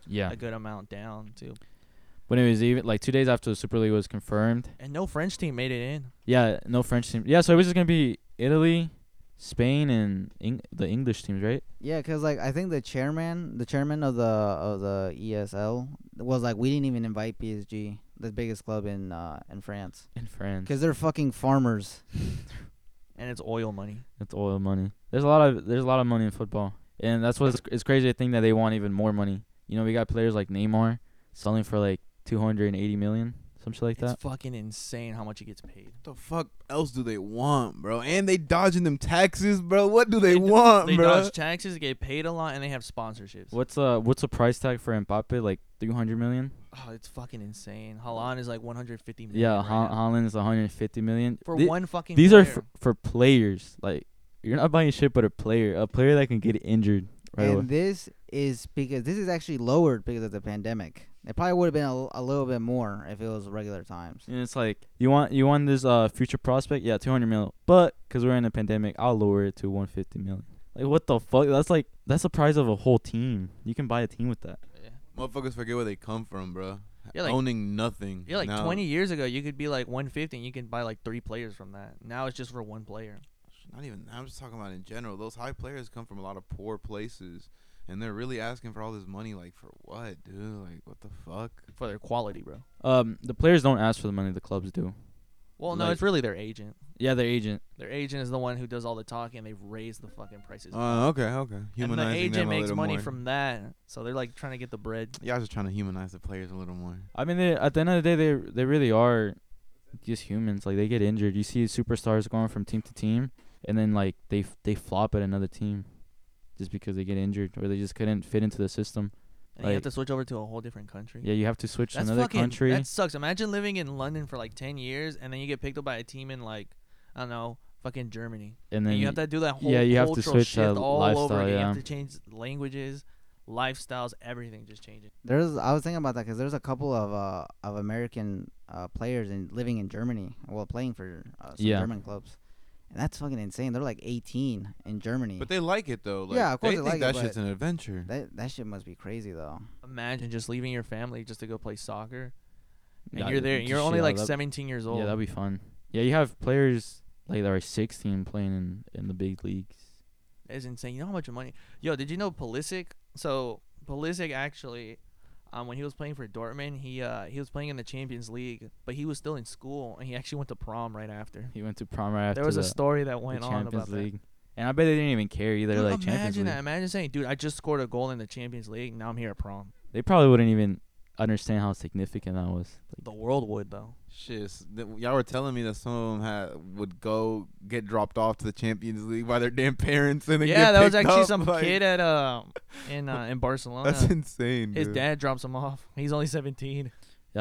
S4: yeah.
S2: a good amount down too.
S4: But anyways, even like two days after the Super League was confirmed,
S2: And no French team made it in.
S4: yeah, no French team. Yeah, so it was just gonna be Italy, Spain, and Eng- the English teams, right?
S3: Yeah, cause like I think the chairman, the chairman of the of the ESL was like, we didn't even invite PSG, the biggest club in uh, in France,
S4: In France.
S3: cause they're fucking farmers.
S2: And it's oil money.
S4: It's oil money. There's a lot of there's a lot of money in football, and that's what's it's crazy to think that they want even more money. You know, we got players like Neymar selling for like 280 million, some shit like
S2: it's
S4: that.
S2: fucking insane how much he gets paid.
S1: What the fuck else do they want, bro? And they dodging them taxes, bro. What do they,
S2: do-
S1: want,
S2: They
S1: bro?
S2: dodge taxes, get paid a lot, and they have sponsorships.
S4: What's uh what's the price tag for Mbappe? Like 300 million?
S2: Oh, it's fucking insane. Holland is like 150 million.
S4: Yeah,
S2: right
S4: Ho-
S2: now.
S4: Holland is 150 million.
S2: for
S4: Thi-
S2: one fucking.
S4: These
S2: player.
S4: are for, for players. Like you're not buying shit, but a player, a player that can get injured right
S3: and
S4: away.
S3: this is because this is actually lowered because of the pandemic. It probably would have been a, a little bit more if it was regular times.
S4: And it's like you want you want this uh future prospect, yeah, two hundred mil. But because we're in a pandemic, I'll lower it to one fifty million. Like what the fuck? That's like that's the price of a whole team. You can buy a team with that.
S2: Yeah.
S1: Motherfuckers forget where they come from, bro.
S2: Yeah, like-
S1: Owning nothing.
S2: Yeah, like
S1: now.
S2: 20 years ago, you could be like 150 and you can buy like three players from that. Now it's just for one player.
S1: Not even. I'm just talking about in general. Those high players come from a lot of poor places, and they're really asking for all this money. Like for what, dude? Like what the fuck?
S2: For their quality, bro.
S4: Um, the players don't ask for the money; the clubs do.
S2: Well, no,
S4: Like-
S2: it's really their agent.
S4: Yeah, their agent.
S2: Their agent is the one who does all the talking. They've raised the fucking prices.
S1: Uh, okay, okay.
S2: and
S1: Humanizing
S2: the agent
S1: them a
S2: makes
S1: little
S2: money
S1: more.
S2: from that. So they're like trying to get the bread.
S1: Y'all just trying to humanize the players a little more.
S4: I mean, they, at the end of the day, they they really are just humans. Like they get injured. You see superstars going from team to team, and then like they f- they flop at another team, just because they get injured or they just couldn't fit into the system.
S2: And you
S4: Like-
S2: have to switch over to a whole different country.
S4: Yeah, you have to switch to
S2: That's
S4: another
S2: fucking,
S4: country.
S2: That sucks. Imagine living in London for like 10 years and then you get picked up by a team in like, I don't know, fucking Germany.
S4: and
S2: And
S4: then
S2: you have to do that whole
S4: yeah, you have to
S2: cultural
S4: switch
S2: shift
S4: that
S2: all over
S4: lifestyle,
S2: again. You have to
S4: yeah.
S2: change languages, lifestyles, everything just changes.
S3: There's I was thinking about that because there's a couple of uh of American uh players in living in Germany well playing for uh, some
S4: Yeah.
S3: German clubs, and that's fucking insane. They're like 18 in Germany.
S1: But they like it though. Like,
S3: Yeah, of course
S1: they,
S3: they
S1: think
S3: like it,
S1: that
S3: but-
S1: shit's an adventure.
S3: that that shit must be crazy though.
S2: Imagine just leaving your family just to go play soccer. And
S4: Yeah,
S2: you're there.
S4: just-
S2: You're only
S4: yeah,
S2: like
S4: that-
S2: 17 years old.
S4: Yeah, that'd be fun. Yeah, you have players like that are 16 playing in, in the big leagues.
S2: It's insane. You know how much money? Yo, did you know Pulisic? So Pulisic actually, um, when he was playing for Dortmund, he uh he was playing in the Champions League, but he was still in school and he actually went to prom right after.
S4: He went to prom right after
S2: there was
S4: the,
S2: a story that
S4: the
S2: went on about
S4: Champions League, and I bet they didn't even care either.
S2: that. Dude,
S4: like Champions
S2: imagine
S4: League,
S2: that. Imagine saying, "Dude, I just scored a goal in the Champions League. Now I'm here at prom."
S4: they probably wouldn't even understand how significant that was.
S2: The world would though.
S1: Shit, s- th- y'all were telling me that some of them had would go get dropped off to the Champions League by their damn parents, and they
S2: yeah,
S1: get
S2: that was
S1: picked
S2: actually
S1: up,
S2: some
S1: like,
S2: kid at um in uh, in Barcelona.
S1: That's insane.
S2: His
S1: dude.
S2: dad drops him off. He's only 17,
S4: Yeah,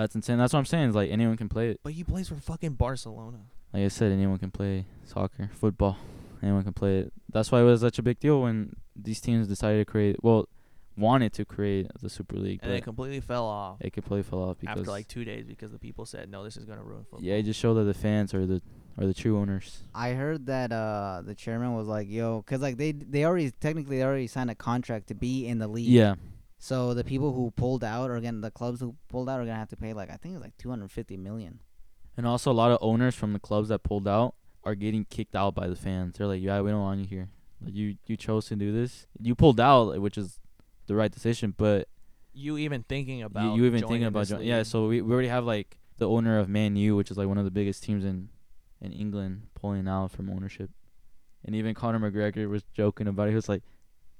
S4: that's insane. That's what I'm saying. Is like anyone can play it.
S2: but he plays for fucking Barcelona.
S4: Like I said, anyone can play soccer, football. Anyone can play it. That's why it was such a big deal when these teams decided to create. Well, wanted to create the Super League,
S2: And then it
S4: but
S2: completely fell off
S4: it completely fell off because
S2: after like two days because the people said, "No, this is gonna ruin football."
S4: yeah, it just showed that the fans are the are the true owners.
S3: I heard that uh the chairman was like, "Yo, cause like they they already technically they already signed a contract to be in the league.
S4: Yeah,
S3: So the people who pulled out or again the clubs who pulled out are gonna have to pay like I think it's like 250 million.
S4: And also, a lot of owners from the clubs that pulled out are getting kicked out by the fans. They're like, "Yeah, we don't want you here. Like, you you chose to do this. You pulled out, which is the right decision, but
S2: You even thinking about
S4: you, you even thinking
S2: joining
S4: about
S2: this
S4: joining? Yeah.
S2: league.
S4: So we, we already have like the owner of Man U, which is like one of the biggest teams in in England, pulling out from ownership. And even Conor McGregor was joking about it. He was like,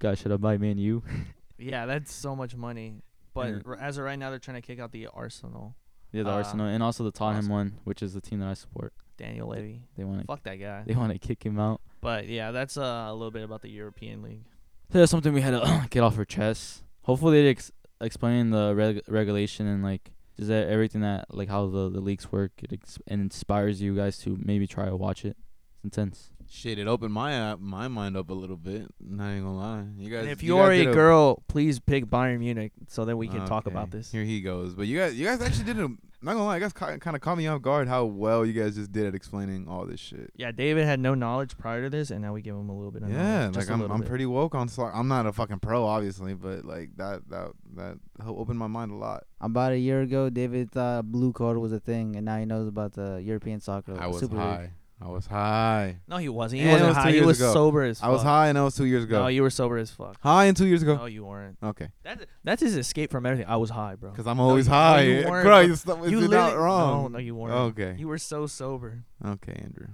S4: "Guys, should I buy Man U?"
S2: Yeah, that's so much money. But
S4: Yeah.
S2: r- as of right now, they're trying to kick out the Arsenal.
S4: yeah, the
S2: Ah,
S4: Arsenal and also the Tottenham
S2: awesome.
S4: one, which is the team that I support.
S2: Daniel Levy.
S4: They want to
S2: Fuck that guy.
S4: they want to kick him out.
S2: But yeah, that's uh, a little bit about the European League.
S4: So that's something we had to get off our chest. Hopefully, they ex- explain the reg- regulation and like is that everything that like how the the leaks work. It ex- and inspires you guys to maybe try to watch it. It's intense.
S1: Shit, it opened my uh, my mind up a little bit. Not even gonna lie, you guys.
S2: And if you
S1: guys
S2: are a
S1: did Oh,
S2: girl, please pick Bayern Munich so that we can talk
S1: Okay,
S2: about this.
S1: Here he goes. But you guys, you guys actually did. A, not gonna lie, you guys kind of caught me off guard how well you guys just did at explaining all this shit.
S2: Yeah, David had no knowledge prior to this, and now we give him a little bit of
S1: Yeah,
S2: knowledge.
S1: like
S2: just a
S1: I'm,
S2: little
S1: I'm
S2: bit.
S1: pretty woke on soccer. I'm not a fucking pro, obviously, but like that, that, that ho- opened my mind a lot.
S3: About a year ago, David thought blue card was a thing, and now he knows about the European soccer. Super League.
S1: I was high.
S2: No, he wasn't. He
S1: And it
S2: wasn't
S1: was two
S2: high. He
S1: years
S2: was
S1: ago.
S2: sober as fuck.
S1: I was high, and that was two years ago.
S2: No, you were sober as fuck.
S1: high and two years ago.
S2: No, you weren't.
S1: Okay,
S2: That's that's his escape from everything. I was high, bro.
S1: because I'm always
S2: you- no,
S1: high.
S2: you weren't,
S1: Bro,
S2: bro.
S1: you stuff is
S2: You
S1: it not
S2: literally-
S1: wrong.
S2: No, no, you weren't.
S1: Okay,
S2: You were so sober.
S1: okay, Andrew.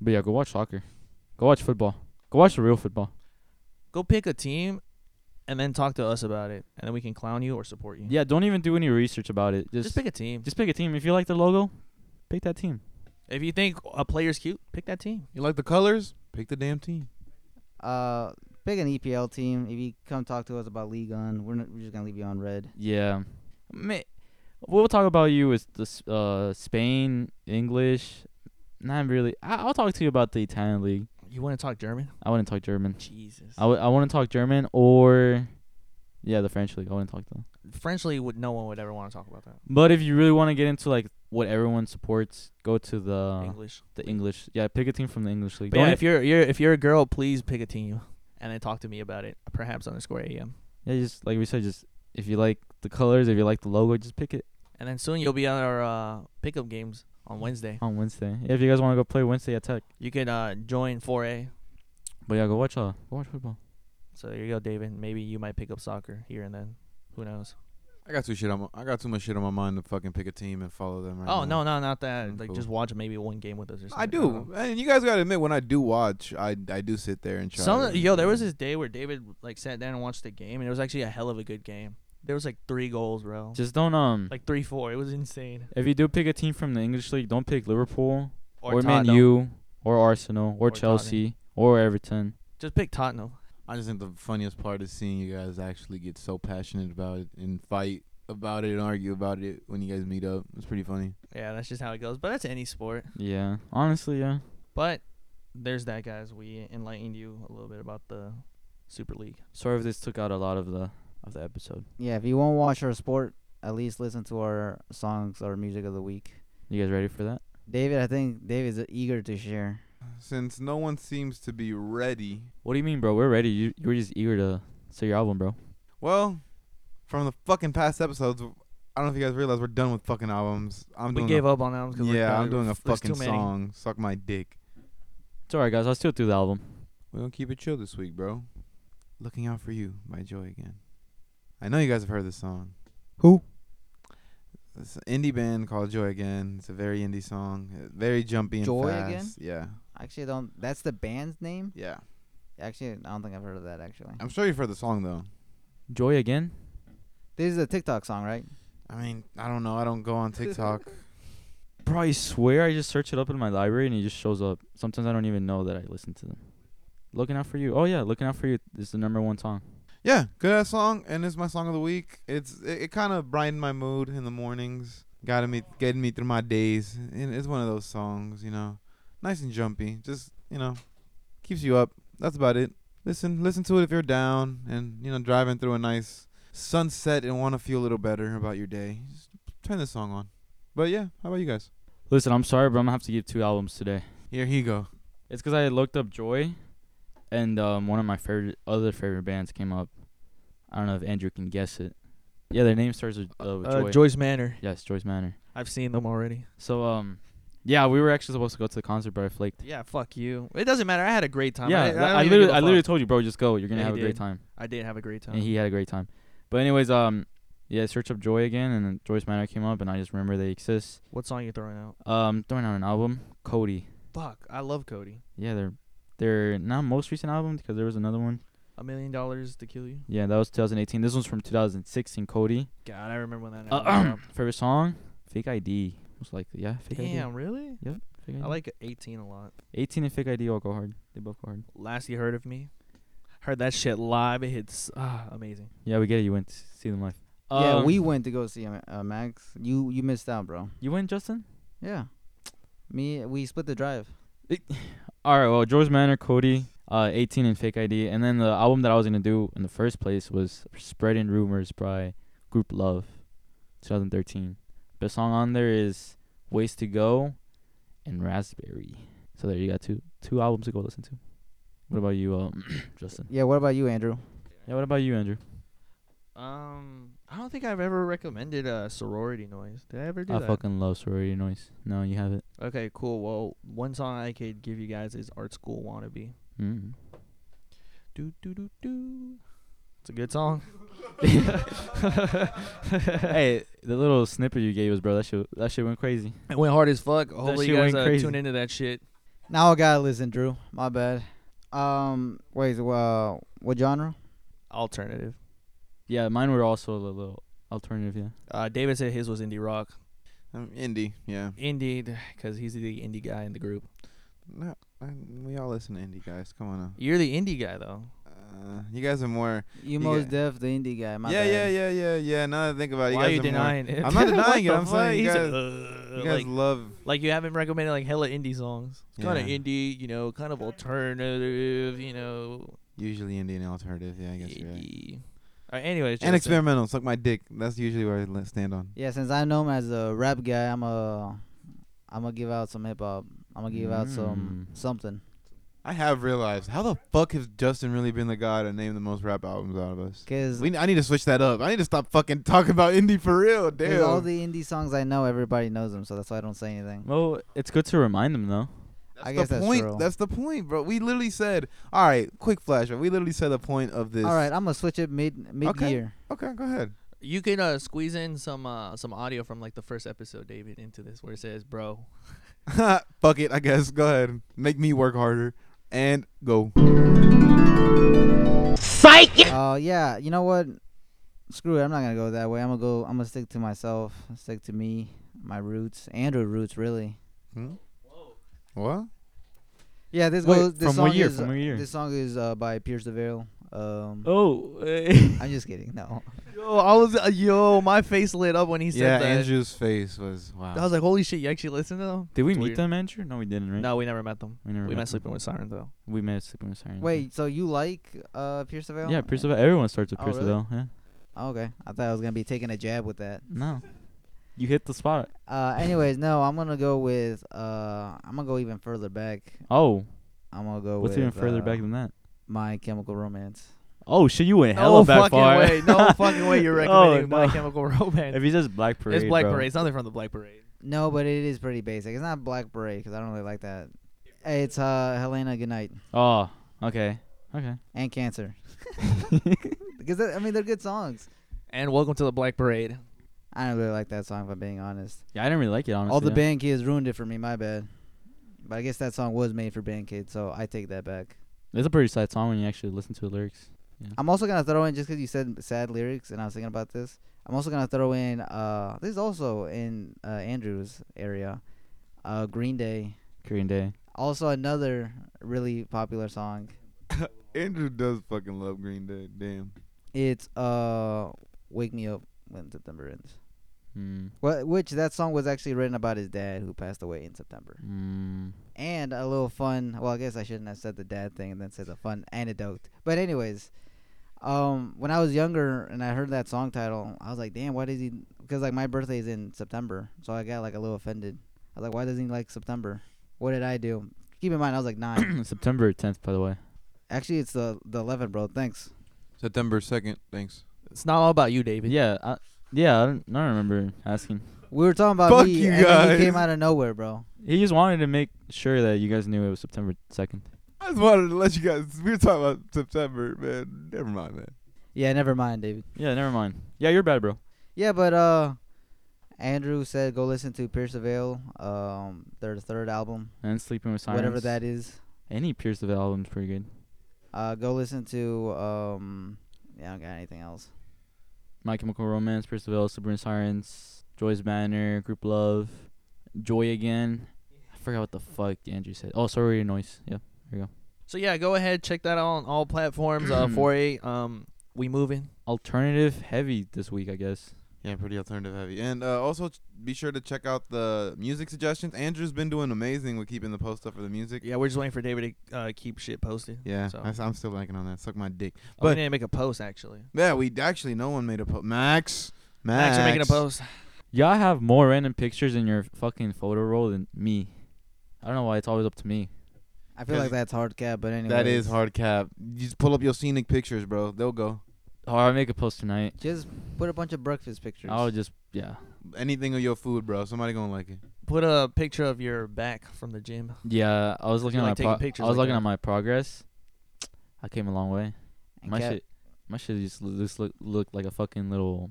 S4: But yeah, go watch soccer. Go watch football. Go watch the real football.
S2: Go pick a team, and then talk to us about it, and then we can clown you or support you.
S4: Yeah, don't even do any research about it. Just,
S2: Just pick a team.
S4: just pick a team. If you like the logo, pick that team.
S2: If you think a player's cute, pick that team.
S1: You like the colors? Pick the damn team.
S3: Uh, pick an EPL team. If you come talk to us about league on, we're, not, we're just gonna leave you on red.
S4: Yeah. Ma- We'll talk about you is the s- uh Spain English. Not really. I- I'll talk to you about the Italian league.
S2: You want to talk German?
S4: I wouldn't talk German.
S2: Jesus.
S4: I, w- I want to talk German or yeah, the French league. I wouldn't talk to them.
S2: French league would no one would ever want to talk about that.
S4: But if you really want to get into like what everyone supports, go to the
S2: English.
S4: the English. Yeah, pick a team from the English league.
S2: But yeah,
S4: Don't-
S2: if you're you're if you're a girl, please pick a team, and then talk to me about it. Perhaps underscore am.
S4: yeah, just like we said, just if you like the colors, if you like the logo, just pick it
S2: And then soon you'll be on our uh, pickup games on Wednesday.
S4: on Wednesday. If you guys want to go play Wednesday at Tech,
S2: You can uh, join 4A.
S4: but yeah, go watch uh, go watch football.
S2: So there you go, David. Maybe you might pick up soccer here and then. Who knows?
S1: I got too shit. On my, I got too much shit on my mind to fucking pick a team and follow them. Right
S2: Oh
S1: now.
S2: no, no, not that.
S1: Mm,
S2: like
S1: cool.
S2: just watch maybe one game with us or something. Uh-huh.
S1: I
S2: don't
S1: do,
S2: know.
S1: and you guys gotta admit when I do watch, I I do sit there and try.
S2: Some
S1: to-
S2: yo, there was this day where David like sat down and watched the game, and it was actually a hell of a good game. There was like three goals, bro.
S4: Just don't um.
S2: like three, four. It was insane.
S4: If you do pick a team from the English league, don't pick Liverpool or, Man
S2: Tottenham.
S4: U or Arsenal or,
S2: Or Tottenham.
S4: Chelsea or Everton.
S2: Just pick Tottenham.
S1: I just think the funniest part is seeing you guys actually get so passionate about it and fight about it and argue about it when you guys meet up. It's pretty funny.
S2: Yeah, that's just how it goes. But that's any sport.
S4: Yeah, honestly, yeah.
S2: But there's that, guys. We enlightened you a little bit about the Super League.
S4: Sorry if this took out a lot of the of the episode.
S3: Yeah, if you won't watch our sport, at least listen to our songs or music of the week.
S4: You guys ready for that?
S3: David, I think David's eager to share.
S1: Since no one seems to be ready,
S4: What do you mean, bro? We're ready. You you were just eager to say your album, bro.
S1: well, from the fucking past episodes, I don't know if you guys realize we're done with fucking albums. I'm
S2: we
S1: doing
S2: gave
S1: a,
S2: up on albums. 'cause we're
S1: Yeah,
S2: done.
S1: I'm doing a
S2: There's too
S1: fucking
S2: many.
S1: song. Suck my dick.
S4: It's alright, guys. I'll still do the album.
S1: We're gonna keep it chill this week, bro. Looking out for you by Joy again. I know you guys have heard this song.
S4: Who?
S1: It's an indie band called Joy Again. It's a very indie song, uh, very jumpy and
S3: Joy
S1: fast.
S3: Again?
S1: Yeah,
S3: Actually, I don't. That's the band's name.
S1: yeah.
S3: Actually, I don't think I've heard of that. Actually,
S1: I'm sure you've heard the song though.
S4: Joy again.
S3: this is a TikTok song, right?
S1: I mean, I don't know. I don't go on TikTok.
S4: Bro, I swear I just search it up in my library and it just shows up. Sometimes I don't even know that I listen to them. Looking out for you. Oh yeah, looking out for you is the number one song.
S1: yeah, good ass song, and it's my song of the week. It's it, it kind of brightened my mood in the mornings, got me getting me through my days. And it's one of those songs, you know, nice and jumpy. Just you know, keeps you up. That's about it. Listen, listen to it if you're down and you know driving through a nice sunset and want to feel a little better about your day. Just turn this song on. But yeah, how about you guys?
S4: Listen, I'm sorry, but I'm gonna have to give two albums today.
S1: Here he go.
S4: It's because I looked up Joy, and um, one of my favorite other favorite bands came up. I don't know if Andrew can guess it. Yeah, their name starts with, uh, with
S2: Uh,
S4: Joy.
S2: Joyce Manor.
S4: Yes, Joy's Manor.
S2: I've seen them already.
S4: So um, yeah, we were actually supposed to go to the concert, but I flaked.
S2: Yeah, fuck you. It doesn't matter. I had a great time.
S4: yeah,
S2: I,
S4: I,
S2: I, don't even
S4: literally,
S2: give a
S4: I
S2: fuck.
S4: literally told you, bro, just go. You're gonna
S2: Yeah,
S4: have a
S2: he
S4: great
S2: did.
S4: time.
S2: I did have a great time.
S4: And he had a great time. But anyways, um, yeah, search up Joy again, and then Joyce Manor came up, and I just remember they exist.
S2: What song you throwing out?
S4: Um, throwing out an album, Cody.
S2: Fuck, I love Cody.
S4: Yeah, they're they're not most recent album because there was another one.
S2: A million dollars to kill you.
S4: Yeah, that was 2018. This one's from 2016. Cody.
S2: God, I remember when that.
S4: Uh,
S2: album dropped.
S4: favorite song, Fake ID. Most likely, yeah. Fake ID.
S2: Damn, really?
S4: Fake ID.
S2: I like 18 a lot.
S4: 18 and Fake ID all go hard. They both go hard.
S2: Last you heard of me, heard that shit live. It hits ah amazing.
S4: Yeah, we get it. You went to see them live.
S3: yeah,
S4: Um,
S3: we went to go see uh, uh, Max. You you missed out, bro.
S4: You went, Justin?
S3: Yeah, me we split the drive.
S4: All right. Well, George Manor, Cody, uh, 18 and Fake ID, and then the album that I was gonna do in the first place was Spreading Rumors by Group Love, 2013. Best song on there is Ways to Go, and Raspberry. So there you got two two albums to go listen to. What about you, um, Justin?
S3: Yeah, what about you, Andrew?
S4: Yeah. What about you, Andrew?
S2: Um, I don't think I've ever recommended uh, sorority noise. Did I ever do
S4: I
S2: that?
S4: fucking love Sorority Noise. No, you haven't.
S2: Okay, cool. Well, one song I could give you guys is Art School Wannabe.
S4: Mm.
S2: Do do do do. It's a good song.
S4: hey, the little snippet you gave us, bro. That shit, that shit went crazy.
S2: It went hard as fuck. Hopefully you
S4: shit
S2: guys
S4: went
S2: uh,
S4: crazy.
S2: tune into that shit.
S3: Now I gotta listen, Drew. My bad. Um, wait, uh, what genre?
S2: Alternative.
S4: Yeah, mine were also a little alternative. Yeah.
S2: Uh, David said his was indie rock.
S1: I'm indie. Um, Yeah.
S2: Indeed, because he's the indie guy in the group.
S1: No, I, we all listen to indie guys. Come on now.
S2: You're the indie guy though.
S1: Uh, you guys are more.
S3: You most
S1: got-
S3: deaf, the indie guy. My
S1: yeah,
S3: bad.
S1: yeah, yeah, yeah, yeah. Now that I think about it,
S2: Why are
S1: Oh, you
S2: you
S1: guys are
S2: denying it?
S1: I'm not
S2: What
S1: denying it,
S2: the
S1: I'm saying you
S2: fuck? He said,
S1: more.
S2: "Uh,"
S1: You guys
S2: like,
S1: love.
S2: like you haven't recommended like hella indie songs. It's kind of
S1: Yeah.
S2: indie, you know, kind of alternative, you know,
S1: Usually Indian alternative. Yeah, I guess you're right.
S2: indie. All right, anyways,
S1: And
S2: Justin.
S1: experimental. Suck my dick. That's usually where I li- stand on.
S3: Yeah, since I know him as a rap guy, I'm a, I'm gonna give out some hip hop. I'm gonna give out some
S4: Mm.
S3: something.
S1: I have realized how the fuck has Justin really been the guy to name the most rap albums out of us?
S3: Cause,
S1: We, I need to switch that up. I need to stop fucking talking about indie for real.
S3: 'cause
S1: Damn.
S3: all the indie songs I know, everybody knows them, so that's why I don't say anything.
S4: Well, it's good to remind them though.
S1: That's
S3: I
S1: the
S3: guess that's
S1: point.
S3: true.
S1: the point, bro. We literally said, all right, quick flash, but we literally said the point of this.
S3: All right, I'm gonna switch it mid mid year.
S1: Okay, go ahead.
S2: You can uh, squeeze in some uh, some audio from like the first episode, David, into this where it says, "Bro,
S1: Fuck it, I guess. Go ahead. Make me work harder and go.
S3: Uh, yeah, you know what? Screw it. I'm not gonna go that way. I'm gonna go. I'm gonna stick to myself. Stick to me, my roots, Andrew roots, really.
S1: Hmm? What?
S3: Yeah, this
S4: Wait,
S3: goes. This
S4: from
S3: song
S4: what year?
S3: Is,
S4: From what year?
S3: This song is uh, by Pierce the Veil. Um,
S4: Oh,
S3: I'm just kidding. No,
S2: yo, I was uh, yo, my face lit up when he
S1: yeah, Andrew's face was wow.
S2: I was like, "Holy shit, you actually listened to them?"
S4: did we
S2: It's
S4: meet
S2: weird.
S4: them, Andrew? No, we didn't, right?
S2: No, we never met them.
S4: we never.
S2: We
S4: met
S2: met
S4: them.
S2: Sleeping with Siren though.
S4: We met sleeping with Siren.
S3: wait. So you like uh, Pierce the Veil?
S4: Yeah, Pierce the Veil. Everyone starts with
S3: Oh,
S4: Pierce the
S3: really?
S4: Veil. Yeah.
S3: Oh, okay, I thought I was gonna be taking a jab with that.
S4: No. You hit the spot.
S3: Uh, anyways, no, I'm gonna go with. Uh, I'm gonna go even further back.
S4: Oh,
S3: I'm gonna go
S4: what's
S3: with
S4: even further back
S3: uh,
S4: than that?
S3: My Chemical Romance.
S4: Oh shit, you went hella
S2: no
S4: back
S2: fucking
S4: far.
S2: way. No fucking way. You're
S4: Oh,
S2: recommending My
S4: no.
S2: Chemical Romance.
S4: If he says Black Parade,
S2: it's Black
S4: bro.
S2: Parade. It's nothing from the Black Parade.
S3: No, but it is pretty basic. It's not Black Parade because I don't really like that. It's uh, Helena Goodnight
S4: Oh, okay, okay.
S3: and Cancer. because I mean they're good songs.
S2: And welcome to the Black Parade.
S3: I don't really like that song if I'm being honest.
S4: Yeah, I didn't really like it honestly.
S3: All the
S4: yeah.
S3: band kids ruined it for me. My bad. But I guess that song was made for band kids, so I take that back.
S4: It's a pretty sad song when you actually listen to the lyrics.
S3: I'm also gonna throw in just 'cause you said sad lyrics, and I was thinking about this. I'm also gonna throw in. Uh, this is also in uh, Andrew's area. Uh, Green Day,
S4: Korean Day.
S3: also another really popular song.
S1: Andrew does fucking love Green Day. Damn.
S3: It's uh, "Wake Me Up When September Ends,"
S4: Mm.
S3: Wh- which that song was actually written about his dad who passed away in September.
S4: Mm.
S3: and a little fun. Well, I guess I shouldn't have said the dad thing and then said the fun anecdote. But anyways, um, when I was younger and I heard that song title, I was like, "Damn, why does he?" Because like my birthday is in September, so I got like a little offended. I was like, "Why doesn't he like September? What did I do?" Keep in mind, I was like nine.
S4: September 10th, by the way.
S3: Actually, it's the the eleven, bro. Thanks.
S1: September 2nd. Thanks.
S2: It's not all about you, David.
S4: Yeah, I, yeah, I don't, I don't remember asking.
S3: We were talking about
S1: Fuck
S3: me,
S1: you
S3: and then he came
S1: guys.
S3: out of nowhere, bro.
S4: He just wanted to make sure that you guys knew it was September 2nd.
S1: I just wanted to let you guys. We were talking about September, man. Never mind, man.
S3: Yeah, never mind, David.
S4: Yeah, never mind. Yeah, you're bad, bro.
S3: Yeah, but uh, Andrew said go listen to Pierce the Veil, um, their third album,
S4: and Sleeping with Sirens.
S3: whatever that is.
S4: Any Pierce the Veil album's pretty good.
S3: Uh, go listen to um, yeah, I don't got anything else.
S4: My Chemical Romance, Pierce the Veil, Sleeping with Sirens, Joy's Banner, Group Love, Joy Again. I forgot what the fuck Andrew said. Oh, sorry, noise. Yeah.
S2: So yeah, go ahead, check that out on all platforms. Uh, four eight. Um, we moving.
S4: Alternative heavy this week, I guess.
S1: Yeah, pretty alternative heavy. And uh, also ch- be sure to check out the music suggestions. Andrew's been doing amazing with keeping the post up for the music.
S2: Yeah, we're just waiting for David to uh, keep shit posted.
S1: Yeah,
S2: So.
S1: I s- I'm still blanking on that. Suck my dick.
S2: But we
S1: But-
S2: need to make a post actually.
S1: Yeah, we actually no one made a post. Max, Max,
S2: Max, you're making a post.
S4: Y'all have more random pictures in your fucking photo roll than me. I don't know why it's always up to me.
S3: I feel
S1: Cause
S3: like that's hard cap, but anyway.
S1: That is hard cap. You just pull up your scenic pictures, bro. They'll go.
S4: Oh, I'll make a post tonight.
S3: Just put a bunch of breakfast pictures.
S4: I'll Oh, just yeah.
S1: Anything of your food, bro. Somebody gonna like it. Put
S2: Put a picture of your back from the gym.
S4: Yeah, I was looking
S2: You like
S4: at my
S2: taking
S4: pro-
S2: pictures
S4: I was
S2: like
S4: looking
S2: that.
S4: at my progress. I came a long way.
S3: And
S4: my
S3: cap-
S4: shit, my shit just lo- just look looked like a fucking little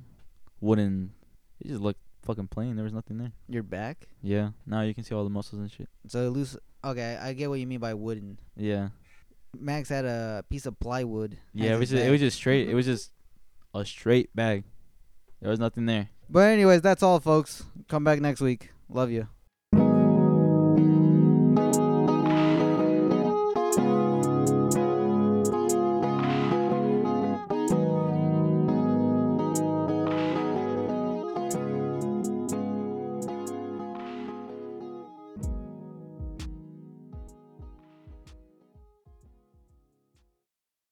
S4: wooden. It just looked fucking plain. There was nothing there.
S3: Your back.
S4: Yeah. Now you can see all the muscles and shit.
S3: So it loose. Okay, I get what you mean by wooden.
S4: Yeah.
S3: Max had a piece of plywood. as Mm-hmm.
S4: Yeah. It was
S3: his
S4: just, it was
S3: bag.
S4: just straight. It was just a straight bag. There was nothing there.
S3: But anyways, that's all, folks. Come back next week. Love you.